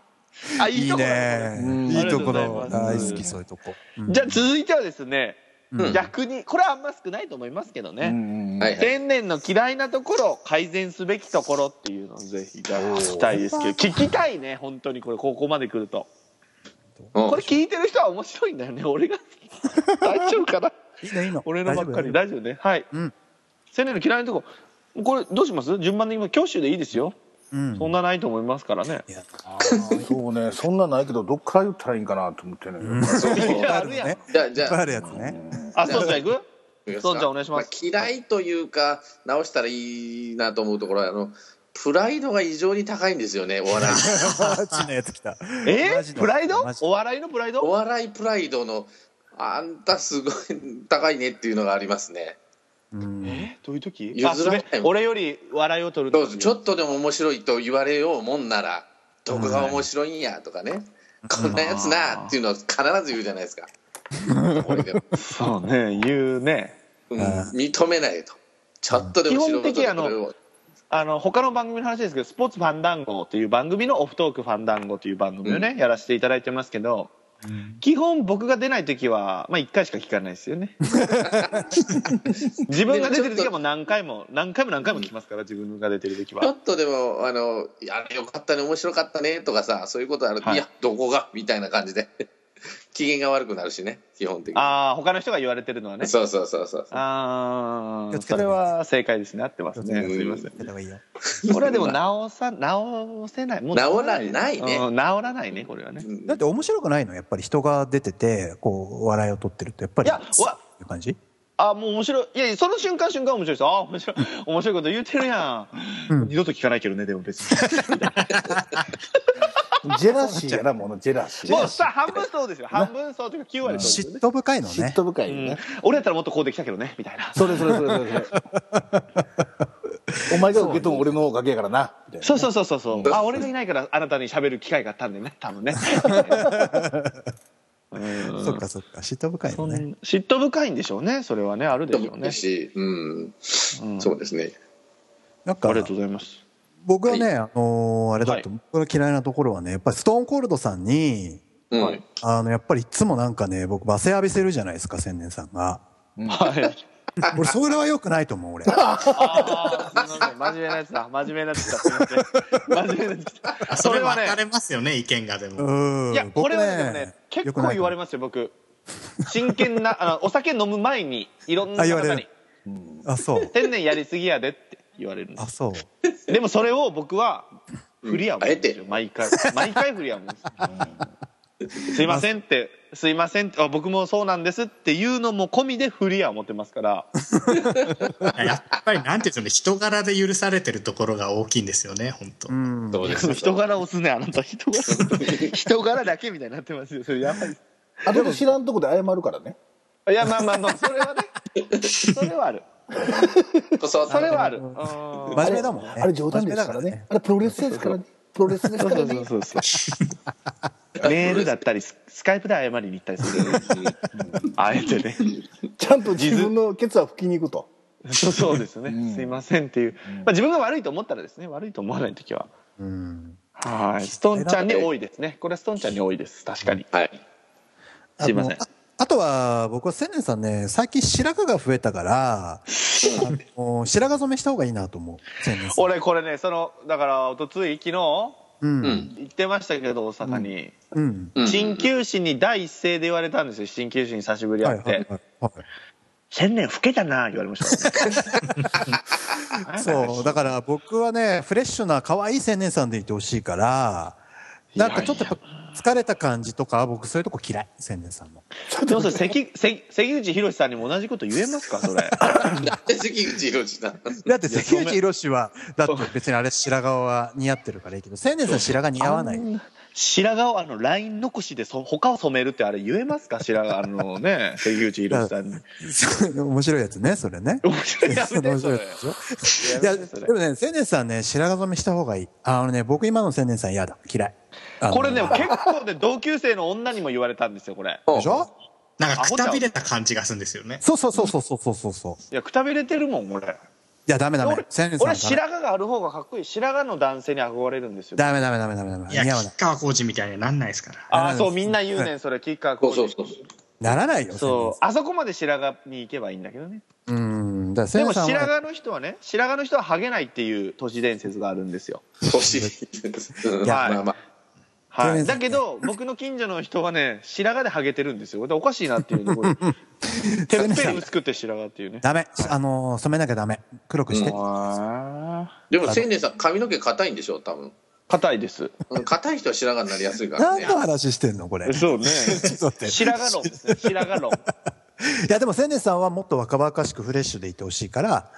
Speaker 1: あい
Speaker 3: い
Speaker 1: い
Speaker 3: い
Speaker 1: とこ
Speaker 3: ね
Speaker 4: うん。
Speaker 3: いいとこ
Speaker 1: ありがとうご
Speaker 3: ろ
Speaker 1: ざい
Speaker 3: 大
Speaker 1: ます
Speaker 3: 好きそういうとこ。
Speaker 1: じゃあ続いてはですね、
Speaker 2: うん
Speaker 1: 逆にこれはあんま少ないと思いますけど
Speaker 4: う
Speaker 1: ね、
Speaker 4: ん
Speaker 2: はいはい
Speaker 1: 天然の嫌いなところを改善すべきところっていうのをぜひじゃあ聞きたいですけど聞きたいね本当にこれここまで来ると
Speaker 2: うん
Speaker 1: これ聞いてる人は面白いんだよね俺が大丈夫かない
Speaker 3: いのいいの。
Speaker 1: 俺のばっかり大
Speaker 3: 大丈
Speaker 1: 丈夫ねはい、
Speaker 3: うん
Speaker 1: 千年の嫌いなとここれどうします順番で今挙手でいいですよ、
Speaker 3: 夫。うん
Speaker 1: そんなないと思いますからね
Speaker 3: いや
Speaker 4: そうね、そんなないけど、どっから言ったらいいんかなと思ってね。
Speaker 2: そう
Speaker 1: い (laughs) やある
Speaker 3: い
Speaker 1: やん
Speaker 3: っ
Speaker 2: じゃあじゃ
Speaker 3: ぱい
Speaker 2: あ
Speaker 3: あるやつね。
Speaker 1: あそうちゃん行く
Speaker 2: いいですか
Speaker 1: そうじゃあお願いします
Speaker 2: あ嫌いというか直したらいいなと思うところはあのプライドが異常に高いんですよねお笑 (laughs) い
Speaker 3: マジのやつ来た。
Speaker 1: え
Speaker 3: マジの
Speaker 1: プライド
Speaker 3: マジ
Speaker 1: お笑いのプライ
Speaker 2: お
Speaker 1: ド
Speaker 2: 笑いプライドのあんたすごい高いねっていうのがありますね
Speaker 3: うん
Speaker 1: えどういう時あ
Speaker 2: 譲らない
Speaker 1: すべ俺より笑いを取る
Speaker 2: ど
Speaker 1: 時
Speaker 2: うぞちょっとでも面白いと言われようもんならどこが面白いんやとかね、こんなやつなっていうのは必ず言うじゃない (laughs) ですかこれでも
Speaker 1: そうね言うね
Speaker 2: うん認めないとちょっとでも素人
Speaker 1: 基本的にあ
Speaker 2: だと
Speaker 1: の
Speaker 2: これを
Speaker 1: あの他の番組の話ですけど「スポーツファンダンゴ」という番組のオフトークファンダンゴという番組をね、やらせていただいてますけど、基本僕が出ない時は、まあ、1回しか聞かないですよね自分が出てる時はもう何回も何回も何回も聞きますから自分が出てる時
Speaker 2: ちょ
Speaker 1: は
Speaker 2: っとでも、あの、あれよかったね、面白かったねとかさ、そういうことあると、
Speaker 1: はい
Speaker 2: い、や、どこがみたいな感じで、 (laughs) 機嫌が悪くなるしね、基本的に。
Speaker 1: ああ他の人が言われてるのはね
Speaker 2: そうそうそうそう。
Speaker 1: あ
Speaker 3: 気を
Speaker 1: あ
Speaker 3: つけ
Speaker 1: そ
Speaker 3: てね
Speaker 1: れは正解ですね合ってますね
Speaker 2: うん
Speaker 1: すいません
Speaker 3: やった方がいいよ。
Speaker 1: これはでも直さ直せないもう
Speaker 2: 治らないね
Speaker 1: うん治らないねこれはね
Speaker 2: うん
Speaker 3: だって面白くないのやっぱり人が出ててこう笑いを取ってるとやっぱり
Speaker 1: いやわ
Speaker 3: いう感じ
Speaker 1: あもう面白いいやいやその瞬間瞬間面白いですあ面白 (laughs) い面白いこと言ってるやん、
Speaker 3: うん
Speaker 1: 二度と聞かないけどねでも別に
Speaker 4: ジェラシーやな、もの、ジェラシ
Speaker 1: (laughs) もう
Speaker 4: ー。
Speaker 1: さ半分そうですよ (laughs) 半分そうというか9割そうです
Speaker 3: 嫉
Speaker 1: よね、
Speaker 3: 妬深いの
Speaker 4: 嫉
Speaker 3: ね
Speaker 4: 妬深いうよ
Speaker 1: ん
Speaker 4: ね。、
Speaker 1: 俺やったらもっとこうできたけどねみたいな
Speaker 4: それそれそれそれそれ。お前が受け取る俺の方がけやからな。みたい
Speaker 1: (laughs)
Speaker 4: な
Speaker 1: そうそうそうそうそうあ俺がいないからあなたに喋る機会があったんでね多分ねうん
Speaker 3: そっかそっか嫉妬深い
Speaker 1: そん (laughs)
Speaker 3: のね
Speaker 1: 嫉妬深いんでしょうねそれはねあるで
Speaker 2: で
Speaker 1: しょ
Speaker 2: も
Speaker 1: う
Speaker 2: い
Speaker 1: ね
Speaker 2: いし、うん、
Speaker 1: うん
Speaker 2: そうですね。
Speaker 3: な
Speaker 1: あ
Speaker 3: んか
Speaker 1: りがとうございます
Speaker 3: 僕はね
Speaker 2: は
Speaker 3: あのーあれだと僕の嫌いなところはねやっぱりストーンコールドさんに
Speaker 2: うん。
Speaker 1: はい
Speaker 3: あのやっぱりいつもなんかね僕罵声浴びせるじゃないですか千年さんが
Speaker 1: はい
Speaker 3: 俺、それは良くないと
Speaker 1: (laughs)
Speaker 3: 思う、俺。
Speaker 1: ああ、すみません。真面目なやつだ。真面目なやつだ。すみません。真面目なやつだ。
Speaker 5: そ
Speaker 1: そ
Speaker 5: れ
Speaker 1: れは
Speaker 5: 分か
Speaker 1: ね、
Speaker 5: れますよね、意見がでも。
Speaker 3: うん。
Speaker 1: いや、これはね、でもね、結構言われ
Speaker 3: ま
Speaker 1: ますよ、僕。真剣な、あの、お酒飲む前に、いろんな
Speaker 3: あ言われ
Speaker 1: 方
Speaker 3: る
Speaker 1: に、
Speaker 3: す。あ、そう。
Speaker 1: 天然やりすぎやでって言われるんで
Speaker 3: あ、
Speaker 1: す。 (laughs)
Speaker 3: そう。
Speaker 1: でもそれを僕は、振りやもんですよ。
Speaker 2: う
Speaker 1: 毎回。毎回振りやもんですよ。すいませんって、すいませんって、あ僕もそうなんですっていうのも込みで振りや思ってますから。
Speaker 5: やっぱり、なんていうんでしょうね、人柄で許されてるところが大きいんですよね、本当。
Speaker 3: うん。
Speaker 2: どうですか
Speaker 1: 人柄押すね、あなた。人柄、人柄だけみたいになってますよ。それやばいです。
Speaker 4: 後で知らんとこで謝るからね
Speaker 1: いや、まあまあまあ、それはね。 (laughs) それはある。
Speaker 2: こそ
Speaker 1: それはある。
Speaker 3: 真面目だもんね。
Speaker 4: あれ冗談ですからねあれプロレスですからねプロレスですからね
Speaker 1: そうそうそう。メールだったり、ススカイプで謝りに行ったりする。あえてね。
Speaker 4: ちゃんと自分のケツは拭きに行くと
Speaker 1: そうそうですね。すいませんっていう。まあ自分が悪いと思ったらですね、悪いと思わないときは。
Speaker 3: うん。
Speaker 1: はい。ストーンちゃんに多いですね。これはストーンちゃんに多いです。確かに。
Speaker 2: はい
Speaker 1: すいません
Speaker 3: あのああとは、僕は千年さんね、最近白髪が増えたから、あの白髪染めした方がいいなと思う。千年さん。
Speaker 1: 俺、これね、その、だから、おとつい、昨日、
Speaker 3: う。
Speaker 2: うんん
Speaker 1: 行ってましたけど、大阪に。
Speaker 3: うん。
Speaker 2: うん
Speaker 1: 鍼灸師に第一声で言われたんですよ。鍼灸師に久しぶり
Speaker 3: はい
Speaker 1: 会っ
Speaker 3: はい
Speaker 1: て。
Speaker 3: はいは
Speaker 1: 千年老けたな、言われました、
Speaker 3: い。 (laughs) そう、だから僕はね、フレッシュな可愛い千年さんでいてほしいから、なんかちょっとやっぱ疲れた感じとか、僕そういうとこ嫌い、千年さんの。
Speaker 1: (laughs) でもそれ関関関口宏さんにも同じこと言えますかそれ
Speaker 2: なんで関口宏さん
Speaker 3: だって関口宏氏は、だって別にあれ白髪は似合ってるからいいけど、千年さん白髪似合わない。
Speaker 1: 白髪をあのライン残しでそ他を染めるってあれ言えますか白髪あの
Speaker 3: (laughs)
Speaker 1: ね関口宏さんに
Speaker 3: 面白いやつね、それね。
Speaker 1: 面白 (laughs) いやめて
Speaker 3: (laughs) 面
Speaker 1: そ
Speaker 3: 白
Speaker 1: れ
Speaker 3: いやつでしょ。い
Speaker 1: や
Speaker 3: や、
Speaker 1: めてそれ
Speaker 3: でもね、千年さんね、白髪染めした方がいい。あのね、僕今の千年さん嫌だ。嫌い。あの
Speaker 1: これね結構ね同級生の女にも言われたんですよこれ
Speaker 3: でしょ
Speaker 5: なんか、くたびれた感じがするんですよね。
Speaker 3: そうそうそうそうそうそうそう。い
Speaker 1: いやくたびれてるもん俺
Speaker 3: や、ダメダメ
Speaker 1: 俺。
Speaker 3: 千年さ
Speaker 1: 俺
Speaker 3: んは
Speaker 1: 白髪がある方がかっこいい白髪の男性に憧れるんですよ
Speaker 3: ダメダメダメダメダメダ
Speaker 5: い
Speaker 3: メ。
Speaker 5: や、
Speaker 3: 似合わない
Speaker 5: 吉。川浩司みたいになんないですから。
Speaker 1: ああそうみんな言うねんそれ吉川
Speaker 2: そ
Speaker 1: 浩
Speaker 2: う
Speaker 1: 司
Speaker 2: そうそう
Speaker 3: ならないよ。
Speaker 1: そうあそこまで白髪に行けばいいんだけどね
Speaker 3: 千年さんうん。だから千
Speaker 1: で
Speaker 3: 年
Speaker 1: も
Speaker 3: さん
Speaker 1: 白
Speaker 3: は。
Speaker 1: 髪の人はね白髪の人はハゲないっていう都市伝説があるんですよ
Speaker 2: 年うん
Speaker 3: いや
Speaker 2: まあまあまあ
Speaker 1: は
Speaker 3: 天
Speaker 1: い、
Speaker 3: 然さ
Speaker 1: だ
Speaker 3: ん
Speaker 1: けど僕の近所の人はね白髪でハゲてるんですよでおかしいなっていうところ
Speaker 3: (laughs)
Speaker 1: てっぺん薄くて白髪っていうね
Speaker 3: ダメ。あのー、染めなきゃダメ。黒くして。
Speaker 1: あ
Speaker 2: でも千年さん髪の毛硬いんでしょ多分
Speaker 1: ー硬いです
Speaker 2: うん硬い人は白髪になりやすいから
Speaker 3: 何
Speaker 2: ね
Speaker 3: の話してんのこれ。 (laughs) ちょ
Speaker 1: そうね
Speaker 3: っと待って。
Speaker 1: 白髪論ですね白髪論
Speaker 3: いやでも千年さんはもっと若々しくフレッシュでいてほしいから、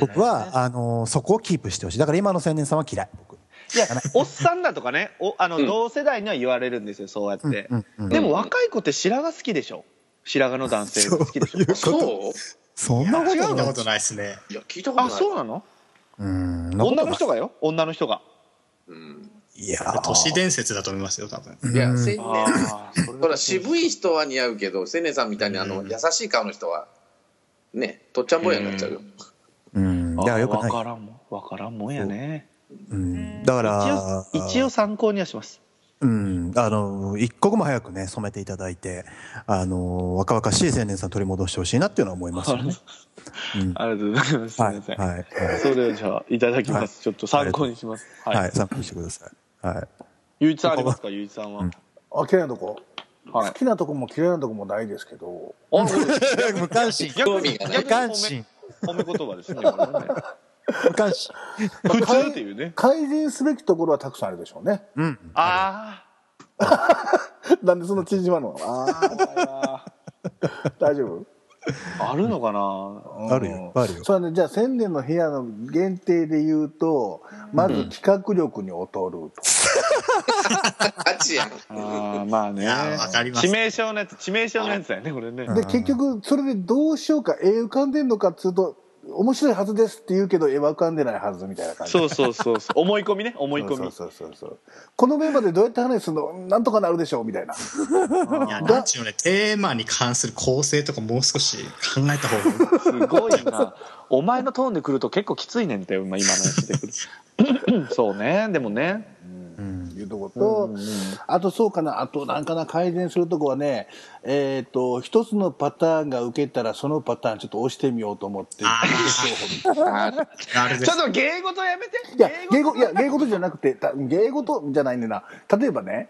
Speaker 3: 僕はあのーそこをキープしてほしいだから今の千年さんは嫌い僕
Speaker 1: いやおっさんだとかねおあの、
Speaker 2: ん
Speaker 1: 同世代には言われるんですよそうやって、
Speaker 3: うんうんうん
Speaker 1: でも若い子って白髪好きでしょ白髪の男性が好きでしょ
Speaker 2: そう
Speaker 3: そんなこと
Speaker 5: そんな
Speaker 3: ない
Speaker 5: ことないですね。
Speaker 2: いや聞いたことな
Speaker 1: あ
Speaker 2: い
Speaker 1: そうなの
Speaker 3: うん
Speaker 1: 女の人がよ女の人
Speaker 3: (laughs)
Speaker 1: が
Speaker 3: いやー
Speaker 5: 都市伝説だと思いますよ、多分。
Speaker 2: いや千
Speaker 1: あ
Speaker 2: 年
Speaker 1: ーそれ
Speaker 2: ほら渋い人は似合うけど千年さんみたいにあの優しい顔の人はねとっちゃん坊やになっちゃうよ
Speaker 3: うんだからよく
Speaker 1: わ
Speaker 3: な
Speaker 1: か
Speaker 3: い、
Speaker 1: らんもんわからんもんやね
Speaker 3: うん、だか
Speaker 1: 一
Speaker 3: ら
Speaker 1: 応一応参考にはします
Speaker 3: うんあのー一刻も早くね染めていただいてあのー若々しい千年さん取り戻してほしいなっていうのは思います
Speaker 1: (laughs)
Speaker 3: よねうん
Speaker 1: ありがとうございます。すみ
Speaker 3: はい
Speaker 1: ません。
Speaker 3: はいはい
Speaker 1: それをじゃあいただきます、
Speaker 3: はい
Speaker 1: ちょっと参考にします。はい。
Speaker 3: はい参考にしてくださいはい
Speaker 1: ゆういちさんありますか、ゆういちさんは。
Speaker 4: あ嫌いなとこ
Speaker 1: は
Speaker 4: 好
Speaker 1: い。
Speaker 4: きなとこも嫌いなとこもないですけど
Speaker 1: あの
Speaker 3: 無関心
Speaker 1: 逆
Speaker 2: 興味
Speaker 1: に
Speaker 2: が
Speaker 1: 逆
Speaker 2: ない
Speaker 1: に
Speaker 3: 無関心
Speaker 1: 褒め褒め言葉ですね。これね
Speaker 3: 無関心
Speaker 1: 普通っていうね。
Speaker 4: 改善すべきところはたくさんあるでしょうね
Speaker 3: うん
Speaker 1: あ
Speaker 4: なんでそんな縮まるのあ
Speaker 1: あ。
Speaker 4: ー大丈夫
Speaker 1: あるのかな。
Speaker 3: あるよいっぱいあるよ
Speaker 4: そうね、じゃあ千年の部屋の限定で言うとまず企画力に劣る
Speaker 2: あっちやん
Speaker 1: ああ、まあね。
Speaker 5: あーわかります
Speaker 1: 致命傷のやつ、致命傷のやつだよね、これね
Speaker 4: と、。で結局それでどうしようか絵浮かんでんのかっつうと面白いはずですって言うけど絵は浮かんでないはずみたいな感じ
Speaker 1: そうそうそうそう。思い込みね、思い込み。
Speaker 4: そうそうそうそうこのメンバーでどうやって話すのなんとかなるでしょうみたいない
Speaker 5: や、なんちゅうのね、テーマに関する構成とかもう少し考えた方がいい。
Speaker 1: す
Speaker 3: (laughs)
Speaker 1: ごいな。 (laughs) お前のトーンで (laughs) 来ると結構きついねんて、今今のやつで来る。そうね、でもね。
Speaker 3: うん
Speaker 4: いうとこと、あとそうかなあとなんかな改善するとこはねえっ、と一つのパターンが受けたらそのパターンちょっと押してみようと思って
Speaker 5: ああれで
Speaker 1: ちょ
Speaker 5: す
Speaker 1: っと芸事やめて
Speaker 4: いや芸事いや芸事じゃなくてた芸事じゃないねんな例えばね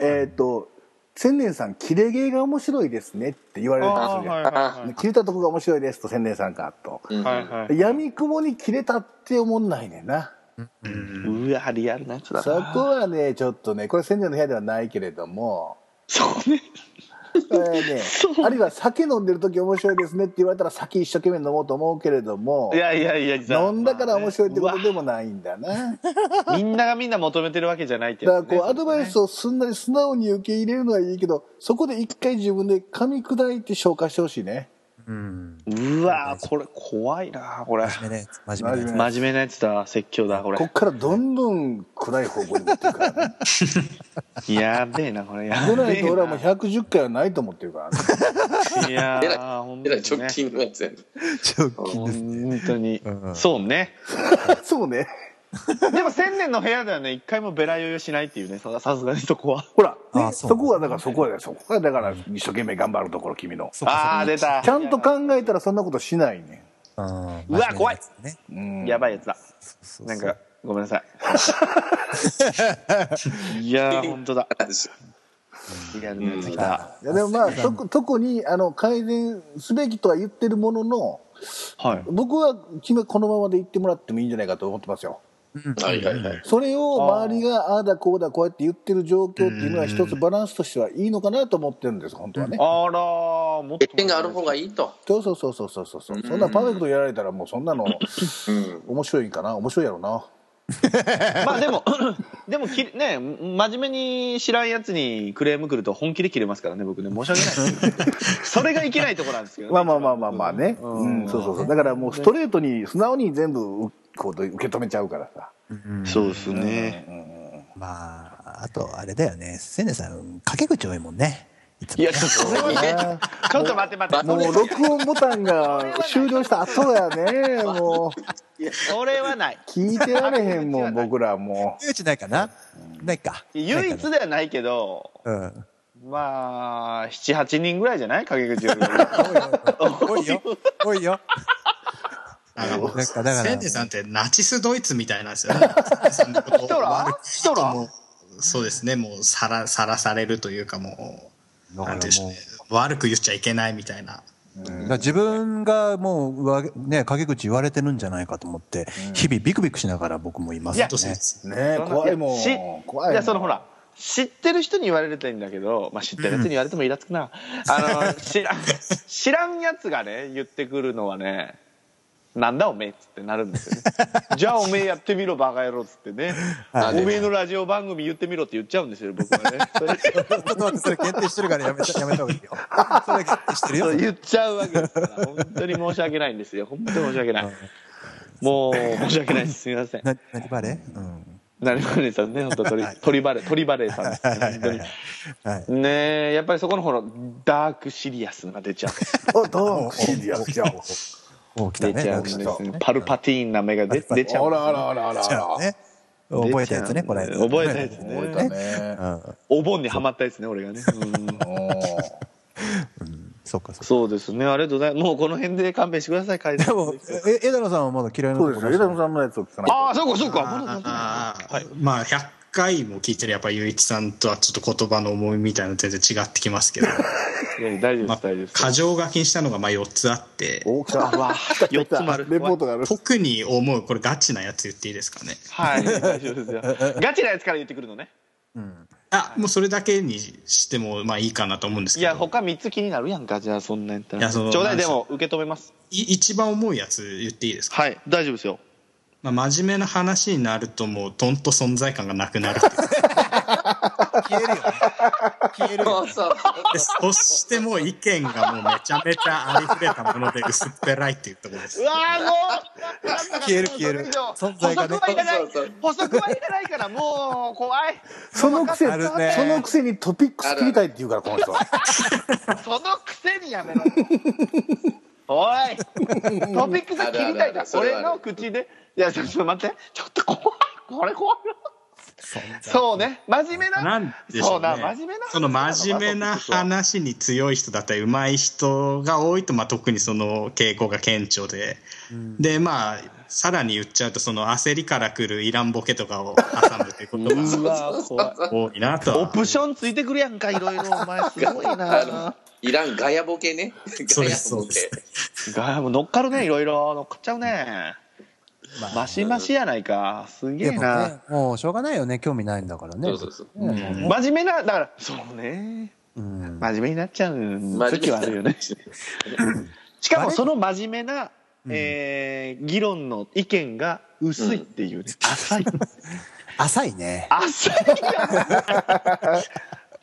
Speaker 4: えっ、と千年さん切れ芸が面白いですねって言われるとするじゃん、
Speaker 1: はいは
Speaker 4: 切れたとこが面白いですと千年さんかと、
Speaker 2: うん
Speaker 1: いはいはいはい
Speaker 4: 闇雲に切れたって思んないねんな
Speaker 5: うん
Speaker 1: うわリアルなやつだ
Speaker 4: そ
Speaker 1: な
Speaker 4: こはねちょっとねこれ千年の部屋ではないけれども
Speaker 1: そうね
Speaker 4: これね、あるいは酒飲んでる時面白いですねって言われたら酒一生懸命飲もうと思うけれども
Speaker 1: いやいやいや実は
Speaker 4: 飲んだから面白いってことで
Speaker 1: ま
Speaker 4: もないんだなだか
Speaker 1: あねみんながみんな求めてるわけじゃないけど
Speaker 4: ら
Speaker 1: ね
Speaker 4: こうアドバイスをすんなり素直に受け入れるのはいいけどそこで一回自分で噛み砕いて消化してほしいね
Speaker 3: うん。
Speaker 1: うわこれ怖いなこれ
Speaker 3: 真面目なやつ、真面目なや
Speaker 1: 真面目なやつだ説教だこ
Speaker 4: こ
Speaker 1: れ
Speaker 4: っからどんどん暗い方向に持っていくから
Speaker 1: (laughs)
Speaker 4: ね
Speaker 1: やべえなこれや
Speaker 4: でな
Speaker 1: べ
Speaker 4: い
Speaker 1: え
Speaker 4: と俺はもう
Speaker 1: な
Speaker 4: 110回はないと思ってるからね
Speaker 1: (laughs) い (laughs) や
Speaker 2: えらい
Speaker 1: ーほん
Speaker 2: え
Speaker 1: と
Speaker 2: ら
Speaker 1: ね
Speaker 2: い直近のやつやね
Speaker 3: (laughs) つ。直近です。
Speaker 1: 本当に
Speaker 3: うん
Speaker 1: そうね
Speaker 4: そうね
Speaker 1: でも千年の部屋ではね一回もベラ酔いをしないっていうねささすがにそこ
Speaker 4: (laughs)
Speaker 1: は
Speaker 4: ほら、ね
Speaker 3: あ
Speaker 4: そ
Speaker 3: そう
Speaker 4: こはだからそこはだよそこがだから一生懸命頑張るところ君の
Speaker 3: そっ
Speaker 1: あ
Speaker 3: か
Speaker 1: あー出た
Speaker 4: ちゃんと考えたらそんなことしないね
Speaker 3: そっか
Speaker 1: うわ怖い。
Speaker 3: うん真面目なやつね
Speaker 4: うん
Speaker 1: やばいやつだ
Speaker 3: そうそう
Speaker 1: なんかごめんな
Speaker 4: (laughs)
Speaker 1: さいいやー本当だ
Speaker 2: 話
Speaker 1: リアルなやつ来た
Speaker 4: いやでもまあと特にあの改善すべきとは言ってるものの
Speaker 1: はい
Speaker 4: 僕は君はこのままで言ってもらってもいいんじゃないかと思ってますよ
Speaker 2: はいはいはい
Speaker 4: それを周りがああだこうだこうやって言ってる状況っていうのは一つバランスとしてはいいのかなと思ってるんです本当はね
Speaker 1: あらーもっと
Speaker 2: 欠点がある方がいいと
Speaker 4: そうそうそうそうそうそうそんなパーフェクトやられたらもうそんなの面白いんかな面白いやろな
Speaker 1: まあでも (coughs) でもきね真面目に知らんやつにクレーム来ると本気で切れますからね僕ね申し訳ないで
Speaker 4: (laughs)
Speaker 1: すけどそれがいけないところなんですけどね
Speaker 4: まあまあまあまあまあねうんそうそうそうだからもうストレートに素直に全部こう受け止めちゃうからさ
Speaker 1: そうですね
Speaker 3: まあ、あと、あれだよね。千年さん、掛け口多いもんね。いつ
Speaker 1: い
Speaker 3: も
Speaker 1: やちょっとそれはねちょっと待って待って
Speaker 4: もう録音ボタンが終了した後だよねもう
Speaker 1: それはない
Speaker 4: 聞いてられへんもん僕らも
Speaker 3: 掛け口ないかなないか。
Speaker 1: 唯一ではないけど
Speaker 3: うん。
Speaker 1: まあ78人ぐらいじゃない陰口より
Speaker 3: 多いよ。多いよ。
Speaker 5: あの
Speaker 3: なんかだから
Speaker 5: センデさんってナチスドイツみたいなんで
Speaker 3: (laughs)
Speaker 5: すよね。そんなこと
Speaker 1: ヒトラーヒトラー
Speaker 5: もうそうですね、もうさらさらされるというかもう、
Speaker 3: だか
Speaker 5: なんてい
Speaker 3: ら
Speaker 5: うんでしょう
Speaker 3: も
Speaker 5: ね、悪く言っちゃいけないみたいな。
Speaker 3: う、だから自分がもううわ、ね、陰口言われてるんじゃないかと思って、日々ビクビクしながら僕もいます
Speaker 1: いや
Speaker 3: ね。
Speaker 5: 本当そうです
Speaker 4: ねえ
Speaker 1: そんな
Speaker 4: (laughs) 怖いも
Speaker 1: やし
Speaker 4: ん怖いもん
Speaker 1: やそのほら知ってる人に言われるといいんだけど、まあ、知ってるやつに言われてもイラつくな、あの
Speaker 4: (laughs)
Speaker 1: 知らん知らんやつがね言ってくるのはねなんだおめえっつってなるん
Speaker 4: (laughs)
Speaker 1: ですよねじゃあおめえやってみろバカ野郎っつってね、
Speaker 3: はい
Speaker 1: おめえのラジオ番組言ってみろって言っちゃうんですよ僕はねそれ
Speaker 3: (laughs) ちょっと待って、それ限定してるからやめた、やめた方が
Speaker 1: (laughs)
Speaker 3: いいよ。それ限定してるよ。
Speaker 1: そう言っちゃうわけですから本当に申し訳ないんですよ本当に申し訳ないもう申し訳ないですすみま
Speaker 3: (laughs)
Speaker 1: せん
Speaker 3: な、何バレうん。
Speaker 1: なるほどさんね本当鳥鳥バレ鳥バレさんですね本当に
Speaker 3: はい。
Speaker 1: ねえやっぱりそこのほらダークシリアスが出ちゃう
Speaker 4: おどうシリアスじゃん
Speaker 3: お、来た
Speaker 1: 出
Speaker 3: ね。
Speaker 1: ちゃ
Speaker 3: な
Speaker 1: うんん
Speaker 3: か
Speaker 1: です
Speaker 3: ちょっ
Speaker 1: よ
Speaker 3: とね
Speaker 1: パルパティーンな目が出出ちゃう
Speaker 4: あらあらあらあらあ
Speaker 3: じゃあ
Speaker 4: ら
Speaker 3: ね。覚えたやつね、これ。
Speaker 1: 覚えたやつね
Speaker 4: 覚えたね
Speaker 3: うん。
Speaker 1: お盆にはまったやつね俺がねうん
Speaker 3: そっか、そっか。
Speaker 1: そうですねありがとうございますもうこの辺で勘弁してください改
Speaker 3: で
Speaker 1: 善
Speaker 3: も、え、枝野さんはまだ嫌いなと
Speaker 4: そ
Speaker 3: こ
Speaker 4: うですよ
Speaker 3: 出して
Speaker 4: 枝
Speaker 3: ない
Speaker 4: 野さんのやつを聞かない
Speaker 1: ああそうかそうかまだなんとな
Speaker 5: ああまあ、100回も聞いてるやっぱゆういちさんとはちょっと言葉の重みみたいなの全然違ってきますけど、
Speaker 1: くいや大丈夫です大丈夫です
Speaker 5: 過剰書きにしたのがまあ4つあって、
Speaker 4: 大きさは
Speaker 1: 四つ丸
Speaker 4: レポートがある
Speaker 5: 特に思う、これガチなやつ言っていいですかね。
Speaker 1: はい大丈夫ですよガチなやつから言ってくるのね
Speaker 5: あ、もうそれだけにしてもまあいいかなと思うんです
Speaker 1: い
Speaker 5: けど。
Speaker 1: や他3つ気になるやんかじゃあそんなんやった
Speaker 5: い
Speaker 1: ら
Speaker 5: や
Speaker 1: ち
Speaker 5: そ
Speaker 1: ょ
Speaker 5: の
Speaker 1: うだいでも受け止めます
Speaker 5: い一番重いやつ言っていいですか、
Speaker 1: はい大丈夫ですよ
Speaker 5: まあ、真面目な話になるともうとんと存在感がなくなるっていう
Speaker 3: 消えるよね。消える
Speaker 2: そう
Speaker 3: よね。
Speaker 2: そう
Speaker 5: でそしてもう意見がもうめちゃめちゃありふれたもので薄っぺらいっていうところです
Speaker 1: うわーもう
Speaker 3: 消える消える
Speaker 1: 存
Speaker 3: 存
Speaker 1: 在
Speaker 3: 在
Speaker 1: が
Speaker 3: が
Speaker 1: ね補足はいら
Speaker 3: ね
Speaker 1: ない
Speaker 2: そうそう
Speaker 1: 補足はいらないからもう怖い
Speaker 4: そのくせ
Speaker 3: あるね
Speaker 4: そのくせにトピックス切りたいって言うからこの人は
Speaker 1: そのくせにやめろおいトピックス切りたい
Speaker 2: あるあるあ
Speaker 1: だ
Speaker 2: るそれはあ
Speaker 1: 俺
Speaker 2: る
Speaker 1: の口でいやちょっと待ってちょっと怖いこれ怖いなそうね真面目な
Speaker 5: なんでし
Speaker 1: そ
Speaker 5: ょうね。
Speaker 1: うな真面目な話
Speaker 5: その真面目な話に強い人だったり、上手い人が多いと、まあ、特にその傾向が顕著で。で、まあ、さらに言っちゃうと、その焦りから来るイランボケとかを挟むってことが
Speaker 1: うわ怖い
Speaker 5: 多いなとは。
Speaker 1: オプションついてくるやんかいろ (laughs) いろお前すごいな
Speaker 2: あのいらんガヤボケね。
Speaker 5: そ
Speaker 2: ガ
Speaker 5: うで
Speaker 2: ヤ
Speaker 5: す、そ
Speaker 2: ボ
Speaker 5: うです
Speaker 2: ケ。。
Speaker 1: がもう乗っかるねいろいろ乗っかっちゃうね
Speaker 3: まあ
Speaker 1: マシマシやないかすげえ
Speaker 3: でも
Speaker 1: な、
Speaker 3: ね、もうしょうがないよね、興味ないんだからね。
Speaker 2: そうそうそう
Speaker 3: ね
Speaker 1: 真面目なだからそうね
Speaker 3: うん
Speaker 1: 真面目になっちゃう
Speaker 2: 目
Speaker 1: 時はあ
Speaker 2: (laughs)
Speaker 1: るよねしかもその真面目な、
Speaker 3: うん
Speaker 1: えー議論の意見が薄いっていうね、浅い
Speaker 3: 浅いね。
Speaker 1: (laughs) 浅いやつ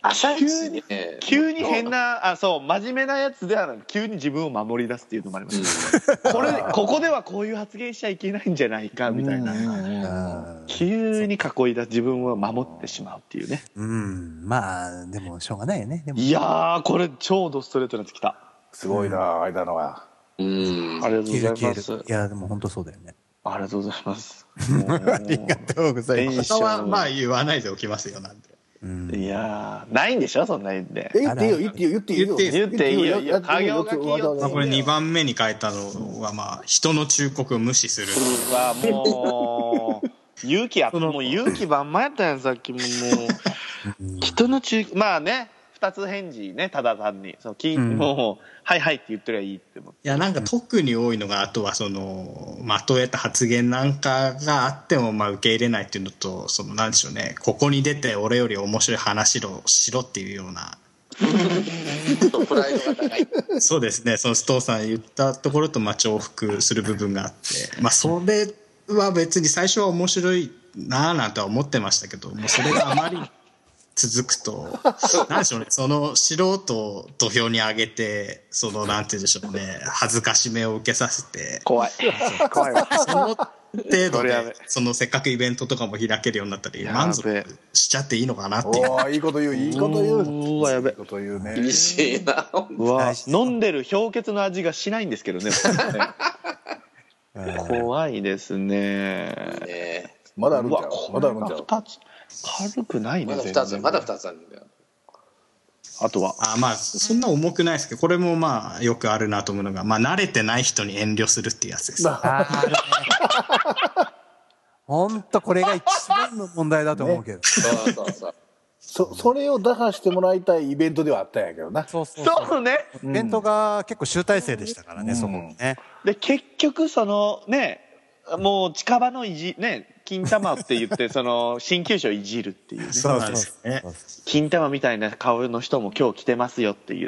Speaker 1: 浅い急に
Speaker 2: ね
Speaker 1: 急に変。なあそう真面目なやつではなく急に自分を守り出すっていうのもありま
Speaker 2: うん
Speaker 1: すこれここではこういう発言しちゃいけないんじゃないかみたいな、
Speaker 3: うん
Speaker 1: 急に囲い出す自分を守ってしまうっていうね
Speaker 3: うん、まあ、でもしょうがないよね。でも
Speaker 1: いやーこれ超ドストレートなやつきた
Speaker 4: すごいな、間のは。
Speaker 2: うん
Speaker 1: あ。りがとうござ
Speaker 3: 消え
Speaker 1: いま
Speaker 3: る消え
Speaker 1: す
Speaker 3: る。いや、でも本当そうだよね。
Speaker 1: ありがとうございますもう
Speaker 3: とうござ
Speaker 1: ます
Speaker 5: 他は、まあ、言わないでおきますよ、なんて。
Speaker 3: うん
Speaker 1: いやーないんでしょそんな言って
Speaker 4: え、言っていいよ、言っていいよ、言っていい
Speaker 1: 言
Speaker 4: よ。
Speaker 1: っていいよ
Speaker 4: やっていいよ
Speaker 1: 言っていいよま
Speaker 4: やっていいよ
Speaker 5: まあ、これ
Speaker 1: ね
Speaker 5: 2番目に書いたのは、まあ、人の忠告を無視する。
Speaker 1: うわもう勇気あっもう勇気満々やったやんさっきももう人の中まあね二つ返事ねただ単にその聞い、
Speaker 3: うん
Speaker 1: もう「はいはい」って言ってりゃいいって思って
Speaker 5: いや、なんか特に多いのが、あとはその、まとえた発言なんかがあっても、まあ受け入れないっていうのと、その、なんでしょうね、ここに出て俺より面白い話をしろっていうような、
Speaker 2: ちょっとプライドが高い。
Speaker 5: そうですね、その須藤さん言ったところと、まあ重複する部分があって、まあそれは別に最初は面白いなぁなんとは思ってましたけど、もうそれがあまり続くと、なんでしょうね、その素人を土俵に上げて、その、なんて言うんでしょうね、恥ずかしめを受けさせて、
Speaker 1: 怖い怖いわ
Speaker 5: その程度
Speaker 1: それやべ
Speaker 5: で、そのせっかくイベントとかも開けるようになったり、
Speaker 1: やべ
Speaker 5: 満足しちゃっていいのかなっていう。
Speaker 4: おーいいこと言う、いいこと言う。
Speaker 1: うわやべ
Speaker 4: いいこと言う
Speaker 2: (laughs)
Speaker 4: ね。
Speaker 2: 厳しいな。
Speaker 1: うわ飲んでる氷結の味がしないんですけどね
Speaker 3: うん
Speaker 1: 怖いですね
Speaker 2: ね
Speaker 4: まだあるん
Speaker 1: う
Speaker 4: ち
Speaker 1: わ
Speaker 4: ゃう。
Speaker 1: こ
Speaker 4: ま
Speaker 1: れ
Speaker 4: だ
Speaker 1: が
Speaker 4: あるんちゃ
Speaker 1: 2
Speaker 4: う。
Speaker 1: つ軽くないね
Speaker 2: まだ
Speaker 1: 全
Speaker 2: 二
Speaker 1: 然
Speaker 2: つ、まだ二つあるんだよ。
Speaker 1: あとは
Speaker 5: あまあ、そんな重くないですけど、これもまあ、よくあるなと思うのが、まあ、慣れてない人に遠慮するっていうやつです。
Speaker 3: あーあるね。本当これが一番の問題だと思うけど。
Speaker 2: そうそうそう。
Speaker 4: そ、それを打破してもらいたいイベントではあったんやけどな。
Speaker 3: そうそうそう。
Speaker 1: そうね
Speaker 3: イベントが結構集大成でしたからね、そこもね。
Speaker 1: で結局そのねもう近場のいじね金玉って言ってその鍼灸師をいじるっていうね
Speaker 5: そうなんですよね。
Speaker 1: 金玉みたいな顔の人も今日来てますよっていう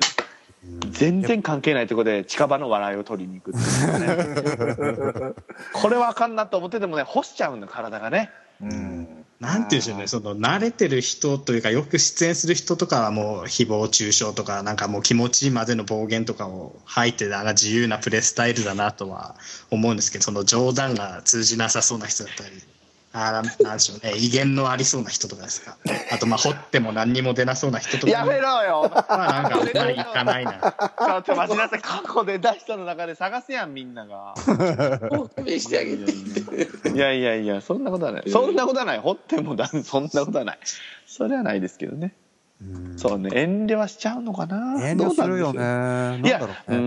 Speaker 1: 全然関係ないとこで近場の笑いを取りに行くっていうねこれはあかんなと思っててもね干しちゃうんだ体がね
Speaker 5: なんていうんでしょうね、その、慣れてる人というか、よく出演する人とかはもう、誹謗中傷とか、なんかもう気持ちいいまでの暴言とかを吐いて、あら自由なプレースタイルだなとは思うんですけど、その冗談が通じなさそうな人だったり、あら、なんでしょうね、威厳のありそうな人とかですか。あと、まあ、掘っても何にも出なそうな人とか。
Speaker 1: やめろよ
Speaker 5: まあ、なんか、あんまりいかないな。
Speaker 1: ちょっと待ちなさい過去で出したの中で探すやんみんなが
Speaker 2: 勘弁してあげて。
Speaker 1: いやいやいやそんなことはないそんなことはない掘ってもだそんなことはないそれはないですけどね
Speaker 3: うん
Speaker 1: そうね遠慮はしちゃうのかな
Speaker 3: 遠慮する
Speaker 1: どうなん
Speaker 3: よね。
Speaker 1: でしょう
Speaker 3: なん
Speaker 1: い
Speaker 3: だ
Speaker 1: や
Speaker 3: ろ
Speaker 1: う
Speaker 3: うね。
Speaker 1: ー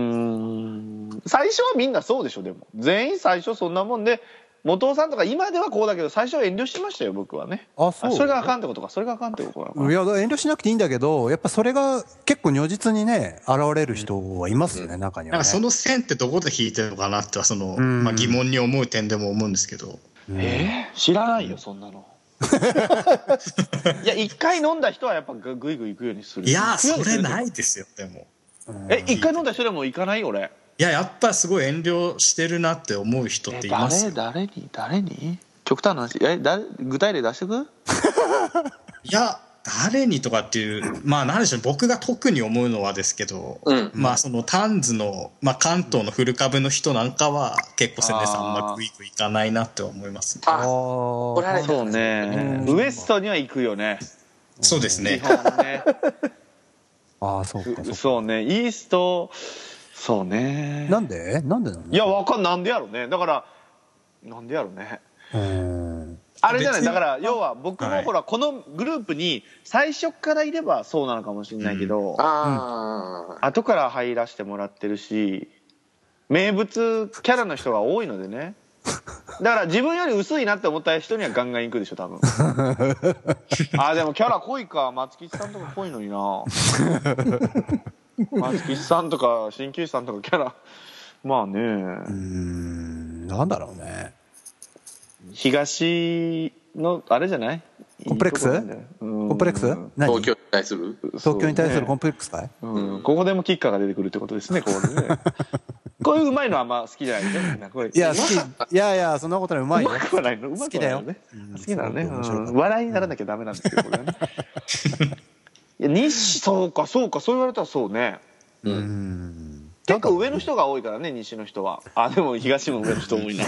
Speaker 1: ん最初はみんなそうでしょでも全員最初そんなもんで元尾さんとか今ではこうだけど最初は遠慮してましたよ僕はね
Speaker 3: あそう
Speaker 1: あそれがあかんってことかそれがあかんってことなのか
Speaker 3: いや、遠慮しなくていいんだけど、やっぱそれが結構如実にね、現れる人はいますよね、中に
Speaker 5: なん
Speaker 3: は
Speaker 5: か、
Speaker 3: ね。
Speaker 5: その線ってどこで引いてるのかなっては、その、
Speaker 3: ん
Speaker 5: まあ、疑問に思う点でも思うんですけど。
Speaker 1: えー知らないよそんな
Speaker 3: (laughs)
Speaker 1: のいや一回飲んだ人はやっぱググイグイ行くようにする
Speaker 5: いやー、それ
Speaker 1: い
Speaker 5: ないですよ、でも。
Speaker 1: え一回飲んだ人でも行かない俺
Speaker 5: いや、やっぱすごい遠慮してるなって思う人っています
Speaker 1: 誰
Speaker 5: よ。
Speaker 1: 誰に誰に極端な話え誰具体例出してく
Speaker 5: いや、誰にとかっていう、まあ、なんでしょう、僕が特に思うのはですけど、
Speaker 2: うん
Speaker 5: まあ、その、タンズの、まあ、関東の古株の人なんかは、結構、千年さん、あんまグイグイいかないなって思いますね。
Speaker 3: あ
Speaker 2: あ、
Speaker 3: ー
Speaker 2: 怒られた。
Speaker 1: そうねウエストには行くよね
Speaker 5: そうです
Speaker 1: 基
Speaker 5: ね。
Speaker 1: 本ね
Speaker 3: あー、そうか、そうか。
Speaker 1: そうねイーストそうね
Speaker 3: なんでなんでなの
Speaker 1: いやわかんなんでやろねだからなんでやろね
Speaker 3: うーん
Speaker 1: あれじゃない
Speaker 5: 別
Speaker 1: だ
Speaker 5: に
Speaker 1: から要は僕
Speaker 5: は
Speaker 1: も
Speaker 5: い
Speaker 1: ほらこのグループに最初からいればそうなのかもしれないけど、
Speaker 2: あ
Speaker 1: 後から入らせてもらってるし名物キャラの人が多いのでねだから自分より薄いなって思った人にはガンガン行くでしょ
Speaker 3: (laughs)
Speaker 1: 多分あでもキャラ濃いか松吉さんとか濃いのに
Speaker 3: (laughs)
Speaker 1: な松吉さんとか鍼灸師さんとかキャラまあね、
Speaker 3: うーん、なんだろうね。
Speaker 1: 東のあれじゃない
Speaker 3: コンプレックス
Speaker 1: いいとこなんだようん
Speaker 3: コンプレックス
Speaker 2: あ
Speaker 3: 何
Speaker 2: 東京に
Speaker 3: 東
Speaker 2: 対する
Speaker 3: 京に対するコン
Speaker 1: プ
Speaker 3: プレックスかい
Speaker 1: うん、ここでもキッカーが出てくるってこと (laughs) ですねここでねこういううまいのはあんま好きじゃないですよみんなこういう
Speaker 3: いや、好き。いやいや、そんなことない。うまいうよ
Speaker 1: ま。くはないのうまくはないのね好
Speaker 3: 好
Speaker 1: き
Speaker 3: き
Speaker 1: な
Speaker 3: だ
Speaker 1: のね、
Speaker 3: ようんすごく面白かった
Speaker 1: うん笑いにならなきゃダメなんですけどこれは (laughs) ねいや西そうかそうかそう言われたらそうね
Speaker 3: うん。
Speaker 1: 結構上の人が多いからね西の人はあでも東も上の人多い (laughs) な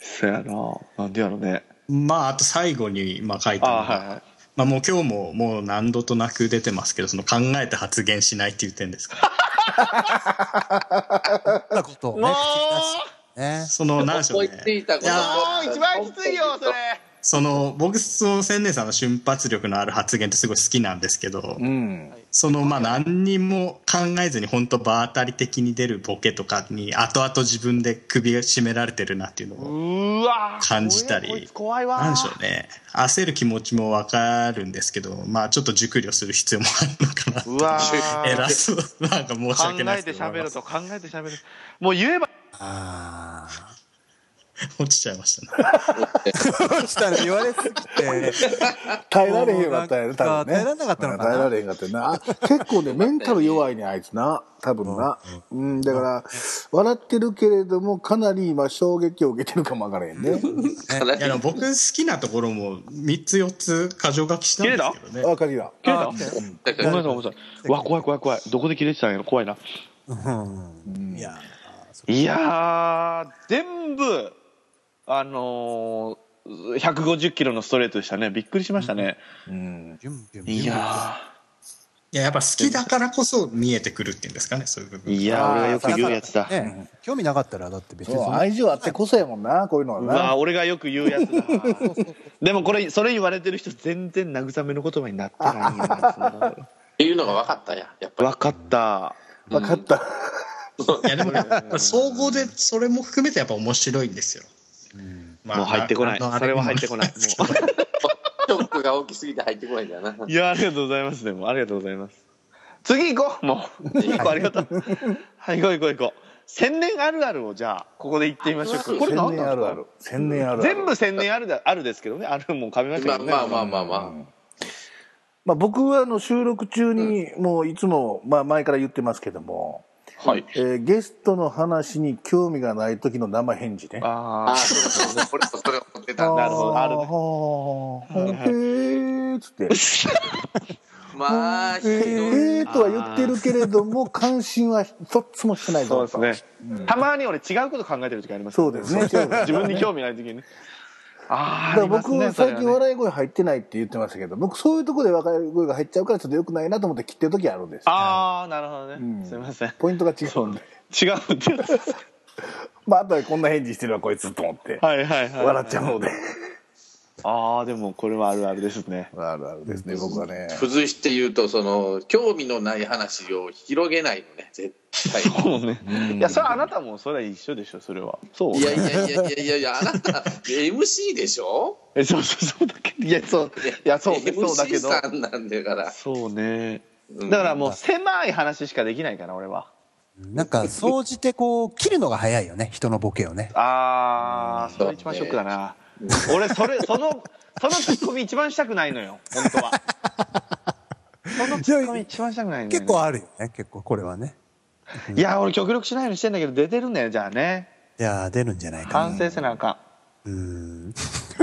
Speaker 1: そやななんでやろね
Speaker 5: まああと最後にまあ書いた
Speaker 1: あ
Speaker 5: の
Speaker 1: は
Speaker 5: が
Speaker 1: いはい
Speaker 5: まあ、もう今日ももう何度となく出てますけどその考えて発言しないっていう点ですか
Speaker 3: なことをね、口に出して。ね。
Speaker 5: その何でしょう
Speaker 2: 思い
Speaker 5: ね
Speaker 2: ついたこ
Speaker 5: い
Speaker 2: と
Speaker 5: や
Speaker 1: あー一番きついよそれ
Speaker 5: その僕その千年さんの瞬発力のある発言ってすごい好きなんですけど、
Speaker 4: うん。
Speaker 5: そのまあ何にも考えずに本当場当たり的に出るボケとかに後々自分で首が絞められてるなっていうの
Speaker 1: う
Speaker 5: を
Speaker 1: ーわー
Speaker 5: 感じたり
Speaker 1: こいつ怖いわー
Speaker 5: 何でしょうね焦る気持ちも分かるんですけどまあちょっと熟慮する必要もあるのかなって
Speaker 1: うわー
Speaker 5: 偉そうなんか申し
Speaker 1: 考
Speaker 5: 訳ない
Speaker 1: えて
Speaker 5: ですけど
Speaker 1: 喋ると考えて喋るもう言えば
Speaker 3: ああ。
Speaker 5: 落ちちゃいましたね
Speaker 3: そうしたら言われすぎて。
Speaker 4: 耐えられへんかったんや
Speaker 3: もうな
Speaker 4: ろ、多
Speaker 3: んか
Speaker 4: 分ね。
Speaker 3: 耐えられなかったのかな
Speaker 4: 耐えられへんかったよな。あ結構ね、メンタル弱いね、あいつな。多分な。うん、だから、笑ってるけれども、かなり今、衝撃を受けてるかもわからへんね。
Speaker 2: かなり
Speaker 5: いやでも僕好きなところも3つ4つ箇条書きしたんですけどね
Speaker 4: わかりだ。
Speaker 1: 切れ
Speaker 2: だ
Speaker 1: た
Speaker 2: か
Speaker 1: ごめ
Speaker 2: ら
Speaker 1: んなさいごめんなさいうわ怖い怖い怖いどこで切れてたんやろ怖いな
Speaker 3: うん。いや。
Speaker 1: いやー全部あのー、150キロのストレートでしたねびっくりしましたね、
Speaker 4: うん。
Speaker 3: ビュンビュンビュン
Speaker 1: いや
Speaker 5: いややっぱ好きだからこそ見えてくるっていうんですかねそういう部
Speaker 1: ー
Speaker 5: 分
Speaker 1: いやー俺がよく言うやつだ
Speaker 3: ね、興味なかったらだって別に
Speaker 4: そう
Speaker 3: そんな
Speaker 4: 愛情あってこそやもんな、こういうのは
Speaker 1: う
Speaker 4: な。
Speaker 1: わー俺がよく言うやつだでもこれそれ言われてる人全然慰めの言葉になってないよな
Speaker 2: っていうのが分かったんややっぱり
Speaker 1: 分かった
Speaker 4: 分かった。
Speaker 5: いやでもやっぱ総合でそれも含めてやっぱ面白いんですよ。まあ
Speaker 1: もう入ってこない
Speaker 5: あのあ
Speaker 1: それは入ってこないもう
Speaker 2: ショックが大きすぎて入ってこないんだよな
Speaker 1: いや、ありがとうございます。でも、ありがとうございます。次行こう、もう。次行こう、ありがとう。はい、行こう行こう行こう。千年あるあるを、じゃあ、ここで行ってみましょうか。これ
Speaker 4: 千
Speaker 1: 何
Speaker 4: 年
Speaker 1: な
Speaker 4: あ
Speaker 1: んで
Speaker 4: る
Speaker 1: す
Speaker 4: あ
Speaker 1: か
Speaker 4: る。千年あるある。
Speaker 1: 全部千年あるだ、あるですけどね。あるもん噛みました
Speaker 2: まあ
Speaker 1: けどね。
Speaker 2: まあまあまあまあ、
Speaker 4: まあ、僕はあの収録中にもういつも、まあ、前から言ってますけども、
Speaker 2: はい
Speaker 4: えーゲストの話に興味がない時の生返事ね。
Speaker 2: あ
Speaker 1: あ
Speaker 2: あ
Speaker 1: あ。
Speaker 2: そうそうそう俺もそれを思ってた
Speaker 1: なるほどあるね
Speaker 4: ほ
Speaker 1: はいはい
Speaker 4: へーっ
Speaker 1: (laughs)
Speaker 4: つって。
Speaker 2: まあひどい
Speaker 4: へーとは言ってるけれども、関心は一つもしてない
Speaker 1: そう
Speaker 4: ぞ
Speaker 1: ですね。たまに俺違うこと考えてる時あります
Speaker 4: そうですね
Speaker 1: (laughs) 自分に興味ない時にね。ああ、あ
Speaker 4: だから
Speaker 1: ります
Speaker 4: 僕、
Speaker 1: ね。それ
Speaker 4: 最
Speaker 1: は
Speaker 4: 近
Speaker 1: ね
Speaker 4: 笑い声入ってないって言ってましたけど、僕そういうところで笑い声が入っちゃうからちょっと良くないなと思って切ってる時あるんですよ。
Speaker 1: ああ、なるほど
Speaker 4: うん
Speaker 1: ね。すいません。 (laughs)
Speaker 4: ポイントが違うんで。
Speaker 1: 違うって言うんです。
Speaker 4: まあ、あとはこんな返事してるわ、こいつと思って。
Speaker 1: はいはいはい。
Speaker 4: 笑っちゃうので。
Speaker 1: ああ、でもこれはあるあるですね。
Speaker 4: (laughs) あるあるですね、僕はね。
Speaker 2: 付随して言うとその興味のない話を広げないのね絶 (laughs) 対
Speaker 1: そうね。いや、それはあなたもそれは一緒でしょ、それは。そう。
Speaker 2: いやいやいやいやいやいやあなた (laughs) MC でしょ
Speaker 1: え、そうそうそうだけど。いや、そう。いや、そうね、そうだけ
Speaker 2: MC
Speaker 1: ど。
Speaker 2: さんなんだから
Speaker 1: そうね。
Speaker 2: うん
Speaker 1: だからもう狭い話しかできないかな、俺は。
Speaker 3: なんか、総じてこう、切るのが早いよね、人のボケをね。
Speaker 1: あー、それ一番ショックだな。俺、それ、その、そのツッコミ一番したくないのよ、本 (laughs) 当は。そのツッコミ一番したくないのよね
Speaker 3: 結構あるよね、結構、これはね。
Speaker 1: いや、俺極力しないようにしてんだけど、出てるんだよ、じゃあね。
Speaker 3: いやー、出るんじゃないかな。
Speaker 1: 反省せなあかん。
Speaker 3: うーん。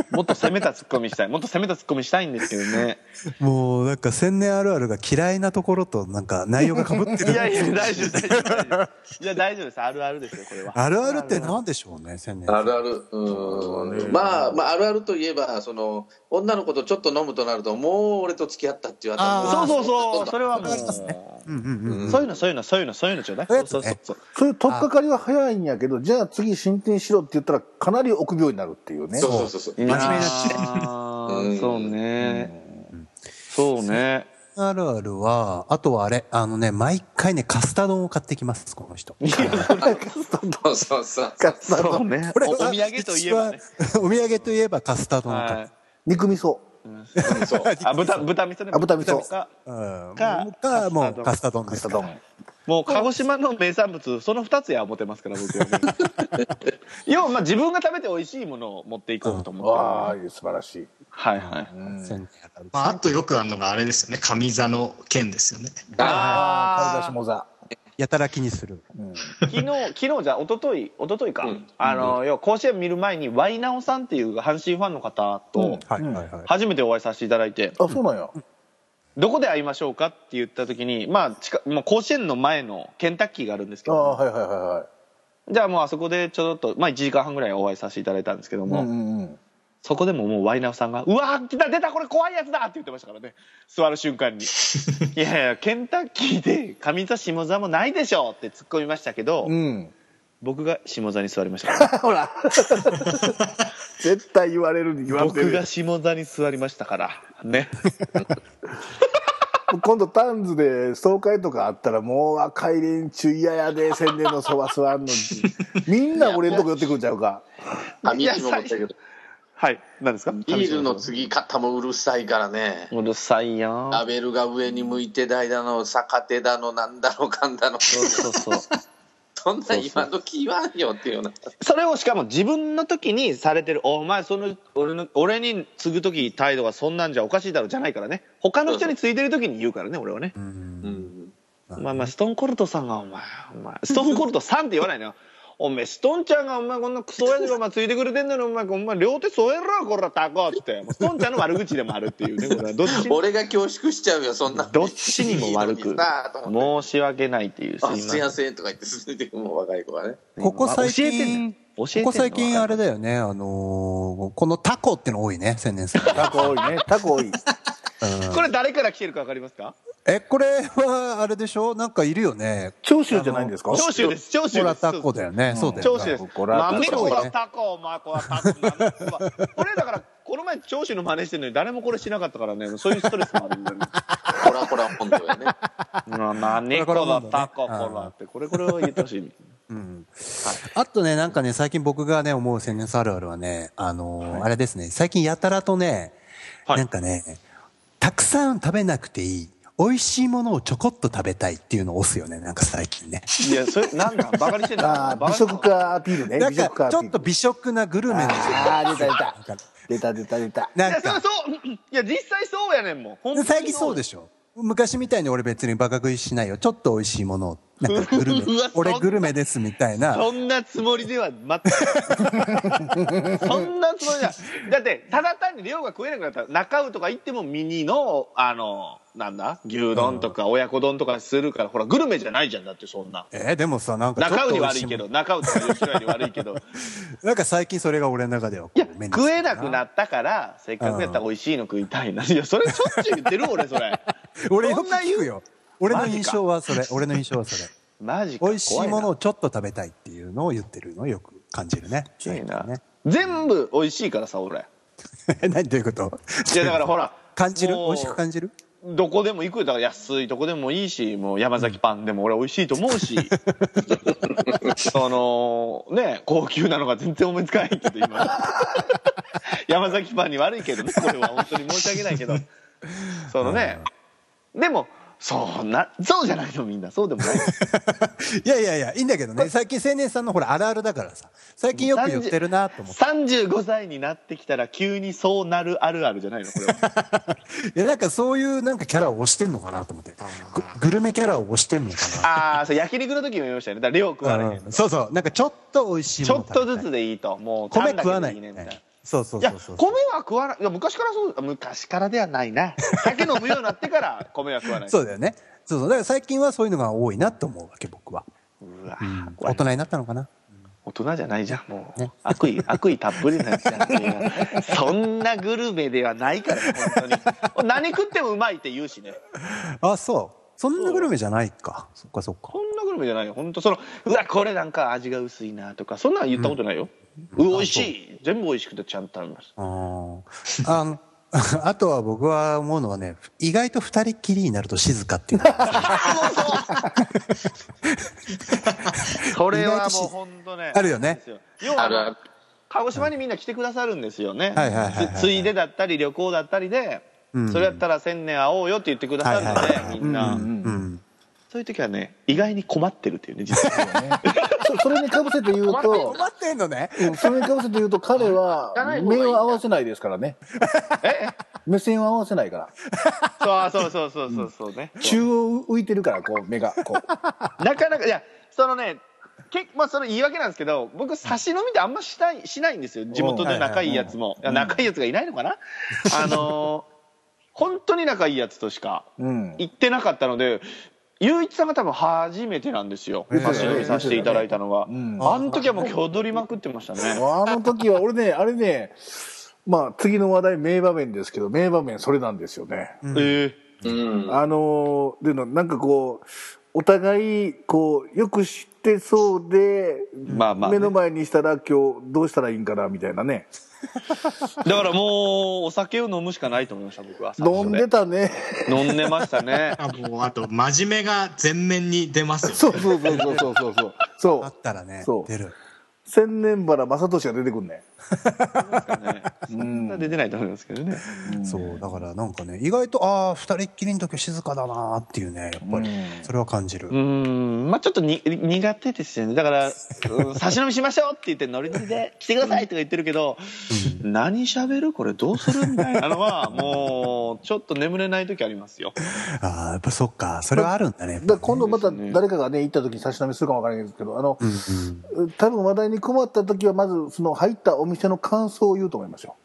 Speaker 1: もっと攻めたツッコミしたいもっと攻めたツッコミしたいんですけどね
Speaker 3: もうなんか千年あるあるが嫌いなところとなんか内容が被って
Speaker 1: い (laughs)
Speaker 3: る。
Speaker 1: やいや大丈夫大丈夫大丈夫い (laughs) や大丈夫ですあるあるですよこれは
Speaker 3: あるあるって何でしょうね、千年さん。
Speaker 2: あるある、うん、まあ、まあ、あるあるといえば、その、女の子とちょっと飲むとなると、もう俺と付き合ったっていう頭
Speaker 3: あー
Speaker 1: そうそうそう
Speaker 2: そ
Speaker 1: それはもう
Speaker 3: うんうんうん。
Speaker 1: そういうのそういうのそういうのそういうのちょうだい
Speaker 3: そういう
Speaker 1: そ
Speaker 3: や
Speaker 1: う
Speaker 3: つ
Speaker 1: そうそう
Speaker 3: ね
Speaker 1: そう
Speaker 4: そういう取っかかりは早いんやけど、じゃあ次進展しろって言ったら、かなり臆病になるっていうね。
Speaker 2: う
Speaker 4: (laughs)
Speaker 2: そうそうそう。
Speaker 1: 真
Speaker 3: 面目だし
Speaker 2: うん
Speaker 1: そうねそうね
Speaker 3: あるあるは、あとはあれ、あのね、毎回ね、カスタードンを買ってきます、この人。こ
Speaker 2: そうそうそう。
Speaker 1: そうねおお土産といえばね。
Speaker 3: 一番 (laughs) お土産といえばカスタードンを買
Speaker 1: は
Speaker 3: っ
Speaker 1: い
Speaker 3: て。
Speaker 4: 肉味噌。
Speaker 2: そう
Speaker 1: あ豚豚味噌ね
Speaker 4: あ豚味噌
Speaker 1: か
Speaker 3: うん
Speaker 1: か
Speaker 3: か、もう
Speaker 1: カ
Speaker 3: カスタードンですから。
Speaker 1: もう鹿児島の名産物その2つや思ってますから僕は、ね、 (laughs) 要はまあ自分が食べて美味しいものを持っていこうと思ってる、
Speaker 4: わあ、素晴らしい。
Speaker 1: はいはい
Speaker 3: 千年ある
Speaker 5: まあ、あとよくあるのがあれですよね上座の件ですよね
Speaker 4: ああ、
Speaker 1: あ
Speaker 4: 出しもざ。
Speaker 3: やたら気にする。
Speaker 1: ー昨日昨日じゃ一昨日一昨日か、
Speaker 2: うん
Speaker 1: あの要は甲子園見る前にワイナオさんっていう阪神ファンの方と
Speaker 3: はいはいはい。
Speaker 1: 初めてお会いさせていただいて、
Speaker 4: あ、そうなんや。
Speaker 1: どこで会いましょうかって言った時に、まあ、近まあ甲子園の前のケンタッキーがあるんですけ
Speaker 4: あ
Speaker 1: ど
Speaker 4: あ、はいはいは
Speaker 1: じゃあもうあそこでちょっと、まあ、1時間半ぐらいお会いさせていただいたんですけど
Speaker 4: いは
Speaker 1: も、
Speaker 4: い。うんうん
Speaker 1: そこでももうワイナフさんが「うわー来た出たこれ怖いやつだ!」って言ってましたからね座る瞬
Speaker 4: (laughs)
Speaker 1: 間に「いやいやケンタッキーで上座下座もないでしょ!」って突っ込みましたけど、
Speaker 4: うん。 (laughs) うん。
Speaker 1: 僕が下座に座りましたからね
Speaker 4: ほら。 (laughs) 絶対言われるに言われて
Speaker 1: 僕
Speaker 4: る
Speaker 1: が。下座に座りましたからね
Speaker 4: 今度タンズで総会とかあったらもう若い連中嫌やで宣伝のそば座んのみんな俺んとこ寄ってくんちゃうか
Speaker 2: 紙一も持ったけど、
Speaker 1: はい何ですか
Speaker 2: ビールの次ぎ方もうるさいからね。
Speaker 1: うるさいよ
Speaker 2: ラベルが上に向いて台だの、逆手だの、なんだの、かんだの。
Speaker 1: そうそうそう
Speaker 2: そんなん今時言わんよっていうような。
Speaker 1: それをしかも自分の時にされてる「お前その俺の俺に継ぐ時態度がそんなんじゃおかしいだろ」じゃないからね他の人に継いでる時に言うからね俺はね
Speaker 2: うん。
Speaker 1: まあまあストーンコルトさんがお前お前ストーンコルトさんって言わないのよお前ストンちゃんがお前こんなクソ親父がお前ついてくれてんのにお前お前両手添えろこらタコってもうストンちゃんの悪口でもあるっていうねこれはどっちに
Speaker 2: 俺が恐縮しちゃうよ、そんな。
Speaker 1: どっちにも悪く
Speaker 2: なあと思って
Speaker 1: 申し訳ないっていうすい
Speaker 2: あ
Speaker 1: ますせ
Speaker 2: い
Speaker 1: ん
Speaker 2: ませんとか言って進んでいくもう若い子がね。
Speaker 3: ここ最
Speaker 1: 教えてん
Speaker 3: 近
Speaker 1: の、教えてんの
Speaker 3: ここ最近あれだよね、あのーこのタコっての多いね、千
Speaker 1: (laughs)
Speaker 3: 年さん。
Speaker 4: タコ多いねタコ多い
Speaker 1: これ誰から来てるか分かりますか
Speaker 3: え、これはあれでしょなんかいるよね。
Speaker 4: 長州じゃないんですか
Speaker 1: 長州です長州で
Speaker 3: ほら
Speaker 1: す
Speaker 3: タコだよね。そうだよ
Speaker 1: 長
Speaker 3: ね。
Speaker 1: 州です。
Speaker 4: こら
Speaker 1: 豆
Speaker 3: タコ
Speaker 1: こ
Speaker 3: ね
Speaker 1: らタコ、お前こらタコ。豆こら俺だから、この前長州の真似してるのに誰もこれしなかったからね、そういうストレスもあるんだよね。
Speaker 2: ほらほら本当
Speaker 1: (laughs)
Speaker 2: よね。
Speaker 1: な何こ
Speaker 3: これこれな
Speaker 1: ら
Speaker 3: んだ
Speaker 1: タ
Speaker 3: ね
Speaker 1: コ (laughs) こらって、これこれを言ってほしい。
Speaker 3: あとね、なんかね、最近僕がね、思う千年さんあるあるはね、あのーあれですね、最近やたらとね、
Speaker 1: はい
Speaker 3: なんかね、たくさん食べなくていい。美味しいものをちょこっと食べたいっていうのを押すよね、なんか最近ね。
Speaker 1: いや、それ、なんなんバカにしてん
Speaker 4: あ
Speaker 1: だ
Speaker 4: あ美食。家アピールね
Speaker 3: な
Speaker 4: 美
Speaker 3: ん
Speaker 4: 食家
Speaker 3: か
Speaker 4: ア
Speaker 3: ち
Speaker 4: ピ
Speaker 3: ょっ
Speaker 4: ー
Speaker 3: と
Speaker 4: ル
Speaker 3: 美食なグルメの人
Speaker 4: ああ出た出た出た出た出
Speaker 1: い
Speaker 3: な
Speaker 1: や、
Speaker 3: ん
Speaker 1: それ
Speaker 3: か、
Speaker 1: そう、いや、実際そうやねんもん。本当に
Speaker 3: 最近そうでしょ昔みたいに俺別にバカ食いしないよ。ちょっと美味しいものを。なんかグルメ
Speaker 1: (laughs) うわ。
Speaker 3: 俺グルメですみたい
Speaker 1: (laughs)
Speaker 3: な。
Speaker 1: そんなつもりでは
Speaker 3: (laughs)
Speaker 1: 全くそんなつもりじゃないだってただ単に量が食えなくなったら中尾とか行ってもミニのあのなんだ牛丼とか親子丼とかするから、ほらグルメじゃないじゃんだってそんな
Speaker 3: えーでもさ、なんかちょ
Speaker 1: 中
Speaker 3: っ
Speaker 1: 尾
Speaker 3: と
Speaker 1: に
Speaker 3: 美味
Speaker 1: 悪
Speaker 3: しい
Speaker 1: い
Speaker 3: も
Speaker 1: け
Speaker 3: の
Speaker 1: ど中尾とか吉野家に悪いけ
Speaker 3: (laughs)
Speaker 1: ど
Speaker 3: なんか最近それが俺の中ではこ
Speaker 1: いや
Speaker 3: う目につく
Speaker 1: 食えなくなったからせっかくやったら美味しいの食いたいないやそれしょっちゅう言ってる俺そ
Speaker 3: (laughs)
Speaker 1: れ
Speaker 3: 俺よ
Speaker 1: そ
Speaker 3: く
Speaker 1: んな
Speaker 3: 聞くよ。俺の
Speaker 1: マジ
Speaker 3: 印
Speaker 1: か
Speaker 3: 象はそれ。俺の印象はそ
Speaker 1: (laughs)
Speaker 3: れ。
Speaker 1: マジか
Speaker 3: 美味しいもの
Speaker 1: を
Speaker 3: をちょっと食べたいっていうのを言ってるのをよく感じるね。最近ね。
Speaker 1: 全部美味しいからさ俺
Speaker 3: (laughs) 何どういうこと
Speaker 1: いやだからほら
Speaker 3: 感じる
Speaker 1: もう
Speaker 3: 美味しく感じる
Speaker 1: どこでも行くよだから安いとこでもいいしもう山崎パンでも俺美味しいと思う
Speaker 3: (laughs)
Speaker 1: しそのね高級なのが全然思いつかないけど今
Speaker 3: (laughs)
Speaker 1: 山崎パンに悪いけどねこれは本当に申し訳ないけどそのねでもそんなそうじゃないのみんなそうでも
Speaker 3: (laughs)
Speaker 1: ない
Speaker 3: いやいやいや、いいんだけどね。最近青年さんのほら、あるあるだからさ。最近よく言ってるなと思って。
Speaker 1: 35歳になってきたら急にそうなるあるあるじゃないのこれ
Speaker 3: (laughs)
Speaker 1: は
Speaker 3: いや、なんかそういうなんかキャラを押してんのかなと思って。ググルメキャラを押してんのかな。
Speaker 1: ああそう焼肉の時も言いましたよねだから量食われへん
Speaker 3: うんそうそう。なんかちょっと美味しい
Speaker 1: ち
Speaker 3: も
Speaker 1: ょ
Speaker 3: の
Speaker 1: っ
Speaker 3: 食べたい。
Speaker 1: とずつでいいともう
Speaker 3: 米
Speaker 1: 単だけ
Speaker 3: 食わな
Speaker 1: でい
Speaker 3: い
Speaker 1: いねみ
Speaker 3: みた
Speaker 1: た
Speaker 3: い
Speaker 1: い
Speaker 3: な
Speaker 1: な。
Speaker 3: そうそう
Speaker 1: いや
Speaker 3: そうそう。
Speaker 1: 米は食わないいや昔からそう昔からではない
Speaker 3: (laughs)
Speaker 1: な酒飲むようになってから米は食わない
Speaker 3: そうだよね。そうそう。だから最近はそういうのが多いなと思うわけ、僕は。
Speaker 1: うわ
Speaker 5: うん
Speaker 1: これ
Speaker 3: 大人になったのかな。
Speaker 1: 大人じゃないじゃんもう、
Speaker 3: ね
Speaker 1: 悪意悪意たっぷりなやつじゃ
Speaker 3: (laughs)
Speaker 1: んそんなグルメではないから本当に何食ってもうまいって言うしね
Speaker 3: あ、そう。そんなグルメじゃないか。そっかそっか。
Speaker 1: こんなグルメじゃないよ本当そのうわこれなんか味が薄いなとかそんなん言ったことないよ、う美味しい全部美味しくてちゃんと食べます
Speaker 3: あーあの、 (laughs) あとは僕は思うのはね、意外と二人っきりになると静か
Speaker 1: (laughs)
Speaker 3: っていうのが
Speaker 1: それはもう本当ね
Speaker 3: あるよね
Speaker 1: 要
Speaker 2: あるあ
Speaker 1: は
Speaker 2: る
Speaker 1: 鹿児島にみんな来てくださるんですよね、
Speaker 3: はいはいはいはい
Speaker 1: つついでだったり旅行だったりで、
Speaker 3: うん
Speaker 1: それやったら千年会おうよって言ってくださるので、
Speaker 3: はいはいはい
Speaker 1: みんな、
Speaker 3: うん。
Speaker 1: そういう時はね意外に困ってるっていうね実は
Speaker 4: そそれにかぶせて言うと、
Speaker 3: 困ってんのね。
Speaker 4: うんそれにかぶせて言うと彼は
Speaker 2: かない方がいい
Speaker 4: 目
Speaker 2: んだ
Speaker 4: を合わせないですからね。
Speaker 1: え
Speaker 4: 目線を合わせないから。
Speaker 3: (laughs)
Speaker 1: そうそうそうそうそうそうね、
Speaker 4: 中央浮いてるから、こう、目が、こう。
Speaker 1: なかなかいやそのねけまあそれ言い訳なんですけど僕差し飲みってあんましたいしないんですよ地元で仲いいやつも、いや仲いいやつがいないのかな、あの
Speaker 3: (laughs)
Speaker 1: ー本当に仲いいやつとしか
Speaker 4: うん。
Speaker 1: 行ってなかったので雄一さんが多分初めてなんですよ
Speaker 4: うん
Speaker 1: 差し飲みさせていただいたのは、
Speaker 4: うん
Speaker 1: あの時はもう挙取りまくってましたね
Speaker 4: あの時は、俺ね、あれね、まあ、次の話題、名場面ですけど、名場面、それなんですよね。
Speaker 1: えー
Speaker 2: うん
Speaker 4: あのー、での、なんかこう、お互い、こう、よく知ってそうで、
Speaker 1: まあまあね
Speaker 4: 目の前にしたら、今日、どうしたらいいんかな、みたいなね。
Speaker 1: だからもうお酒を飲むしかないと思いました僕は
Speaker 4: 飲んでた
Speaker 1: (laughs)
Speaker 4: ね。
Speaker 1: 飲んでましたね
Speaker 5: あもうあと真面目が全面に出ますよ、ね、
Speaker 4: そうそうそうそうそうそうそう。
Speaker 3: あ
Speaker 4: そ
Speaker 3: っ
Speaker 4: う。
Speaker 3: たらね
Speaker 4: そ、う
Speaker 3: 出る。
Speaker 4: 千年原正俊が出てくんね。
Speaker 1: 出てないと思いますけどね
Speaker 3: そう、だからなんかね、意外と、ああ、二人っきりの時は静かだなーっていうね、やっぱり、それは感じる。
Speaker 1: うーんまあちょっとに苦手ですよねだからうん差し飲みしましょうって言ってノリノリで来てくださいとか言ってるけど何しゃべるこれどうするみたいな (laughs) のはもうちょっと眠れない時ありますよ
Speaker 3: ああ、やっぱそっか、それはあるんだね。やっ
Speaker 4: だから
Speaker 3: ぱ
Speaker 4: 今度また
Speaker 1: そうですね
Speaker 4: 誰かがね、行った時に差し飲みするかもわからないですけど、あの、
Speaker 3: うんうん
Speaker 4: 多分話題に困った時は、まず、その入ったお店の感想を言うと思いますよ。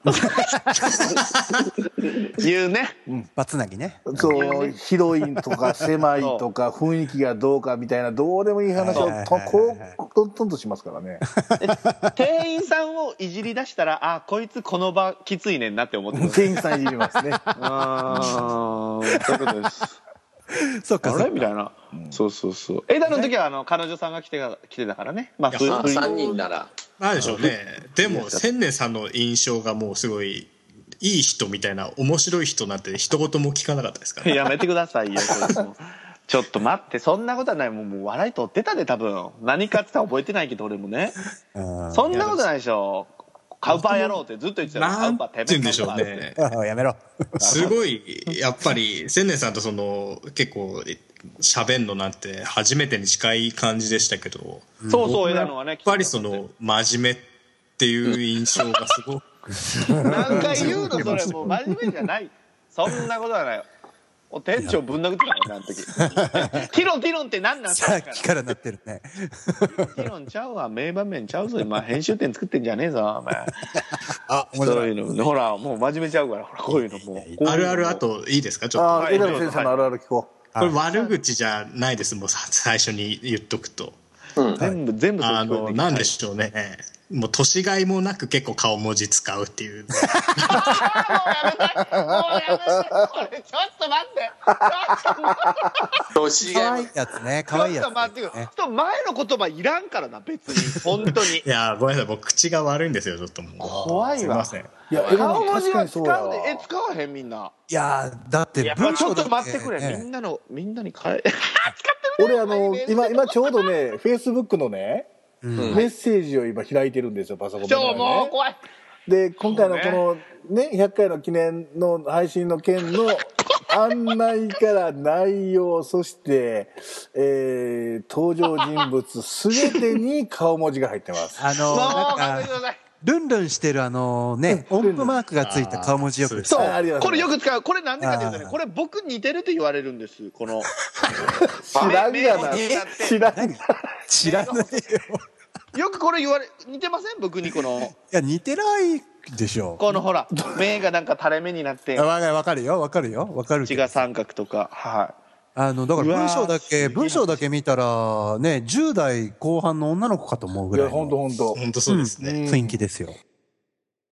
Speaker 1: 言う
Speaker 4: (laughs)
Speaker 1: ね
Speaker 3: バツナギね。
Speaker 4: そう、広いとか狭いとか、雰囲気がどうかみたいな、どうでもいい話を
Speaker 3: はいはい
Speaker 4: と、
Speaker 3: はい
Speaker 4: こ、
Speaker 3: はいう
Speaker 4: トントンとしますからね。
Speaker 1: 店員さんをいじり出したらあこいつこの場きついねんなって思ってます
Speaker 4: 店員さんいじりますね。
Speaker 1: あーそういうことです
Speaker 3: そっか、
Speaker 1: あ
Speaker 3: そ
Speaker 1: れ
Speaker 3: っ
Speaker 1: み
Speaker 3: か。
Speaker 1: たいな、そうそうそう枝の時はあの彼女さんが来てが来てたからねまあふ
Speaker 2: まあ
Speaker 1: ふい
Speaker 2: 3人なら
Speaker 5: なんでしょうねでも千年さんの印象がもうすごいいい人みたいな面白い人なんて一言も聞かなかったですから、ね、
Speaker 1: やめてくださいよ (laughs) それもちょっと待ってそんなことはないもうもう笑い取ってたで多分何かって言ったら覚えてないけど俺もね
Speaker 3: うん
Speaker 1: そんなことないでしょカウパーやろうってずっと言ってたよカ
Speaker 5: な
Speaker 1: ウ
Speaker 5: ん
Speaker 1: パー
Speaker 5: て言うんでしょう
Speaker 1: カウパーって
Speaker 5: ね
Speaker 3: ああやめろ。 (laughs)
Speaker 5: すごいやっぱり千年さんとその結構喋んのなんて初めてに近い感じでしたけど
Speaker 1: そうそう枝のはね
Speaker 5: やっぱりその真面目っていう印象がすごく
Speaker 1: 何回言うのそれもう真面目じゃないそんなことはないお店長ぶん殴ってたからねあの時ティロンティロンって何なんす
Speaker 3: さ
Speaker 1: か
Speaker 3: っきからなってるね。
Speaker 1: ティロンちゃうわ名場面ちゃうぞ今編集点作ってんじゃねえぞお前
Speaker 3: あ、面
Speaker 1: そう
Speaker 3: 白
Speaker 1: い
Speaker 3: い。
Speaker 1: うのねほらもう真面目ちゃうからほらこういうのもうこういうのも
Speaker 5: あるあるあといいですかちょっと
Speaker 4: ああ、枝野先生のあるある聞こ
Speaker 5: これ悪口じゃないですもうさ最初に言っとくと
Speaker 1: 全部全部それ
Speaker 5: あ
Speaker 1: 聞こえ
Speaker 5: の
Speaker 1: てきた
Speaker 5: なんでしょうねもう年がいもなく結構顔文字使うっていう
Speaker 1: もうやめてもうやめてこれちょっと待ってちょっと待って
Speaker 2: 年
Speaker 3: 可
Speaker 2: が
Speaker 3: 愛いやつね、
Speaker 1: ち
Speaker 3: 可愛い
Speaker 1: ょ
Speaker 3: や
Speaker 1: っと待っ
Speaker 3: つ
Speaker 1: て
Speaker 3: ね、
Speaker 1: よちょっと前の言葉いらんからな別に本当に
Speaker 5: いやごめんなさい僕口が悪いんですよちょっともう
Speaker 1: 怖いわ
Speaker 5: すいませ
Speaker 4: う。いや、枝
Speaker 1: 顔
Speaker 4: 野
Speaker 1: 文字
Speaker 4: 確か
Speaker 1: は
Speaker 4: に
Speaker 1: 使
Speaker 4: そううやわ
Speaker 1: でえ使わへんみんない
Speaker 3: やーだって
Speaker 1: まあ
Speaker 3: 文
Speaker 1: ちょ
Speaker 3: 章
Speaker 1: っ
Speaker 3: だ
Speaker 1: と待ってくれ、
Speaker 3: ね
Speaker 1: みんなのみんなに変 (laughs) え
Speaker 4: 俺あの、今、今ちょうどね、Facebook のね、
Speaker 3: うん
Speaker 4: メッセージを今開いてるんですよ、パソコン
Speaker 1: 今日もう
Speaker 4: ね。
Speaker 1: 怖い
Speaker 4: で、今回のこのね、100回の記念の配信の件の案内から内容、そして、えー、登場人物すべてに顔文字が入っ
Speaker 3: (laughs)
Speaker 4: てます。
Speaker 3: あの
Speaker 1: もう
Speaker 3: ー
Speaker 1: 勘
Speaker 3: な
Speaker 1: 弁し
Speaker 3: ん
Speaker 1: てく
Speaker 3: か
Speaker 1: ださい
Speaker 3: ルンルンしてるあのね
Speaker 4: うん
Speaker 3: 音符マークがついた顔文字よく
Speaker 4: そう
Speaker 3: あ
Speaker 4: ありがと
Speaker 1: こ
Speaker 4: うご
Speaker 1: れ
Speaker 4: ざい
Speaker 1: よ
Speaker 4: ます
Speaker 1: く使うこれなんでかっていうとね
Speaker 3: あー
Speaker 1: これ僕似てるって言われるんですこの
Speaker 4: 知らん
Speaker 1: 目
Speaker 4: が
Speaker 1: を
Speaker 4: な。
Speaker 1: 見たって
Speaker 4: 知らんがな。
Speaker 3: 知らないよ。
Speaker 1: よくこれ言われ似てません僕にこの
Speaker 3: いや似てないでしょ
Speaker 1: このほら目がなんか垂れ目になっ
Speaker 3: う。
Speaker 1: て
Speaker 3: あわかわかるよ、わかるよ、わかるけ
Speaker 1: 血
Speaker 3: ど
Speaker 1: が。三角とかは
Speaker 3: あの、だから
Speaker 1: うわー
Speaker 3: 文章だ
Speaker 1: すげえ
Speaker 3: け、文章だけ見たら、ね、10代後半の女の子かと思うぐ
Speaker 4: い
Speaker 3: ら
Speaker 4: や
Speaker 3: いの
Speaker 4: 本当本当
Speaker 5: 本当そうですね。
Speaker 3: 雰囲気ですよ。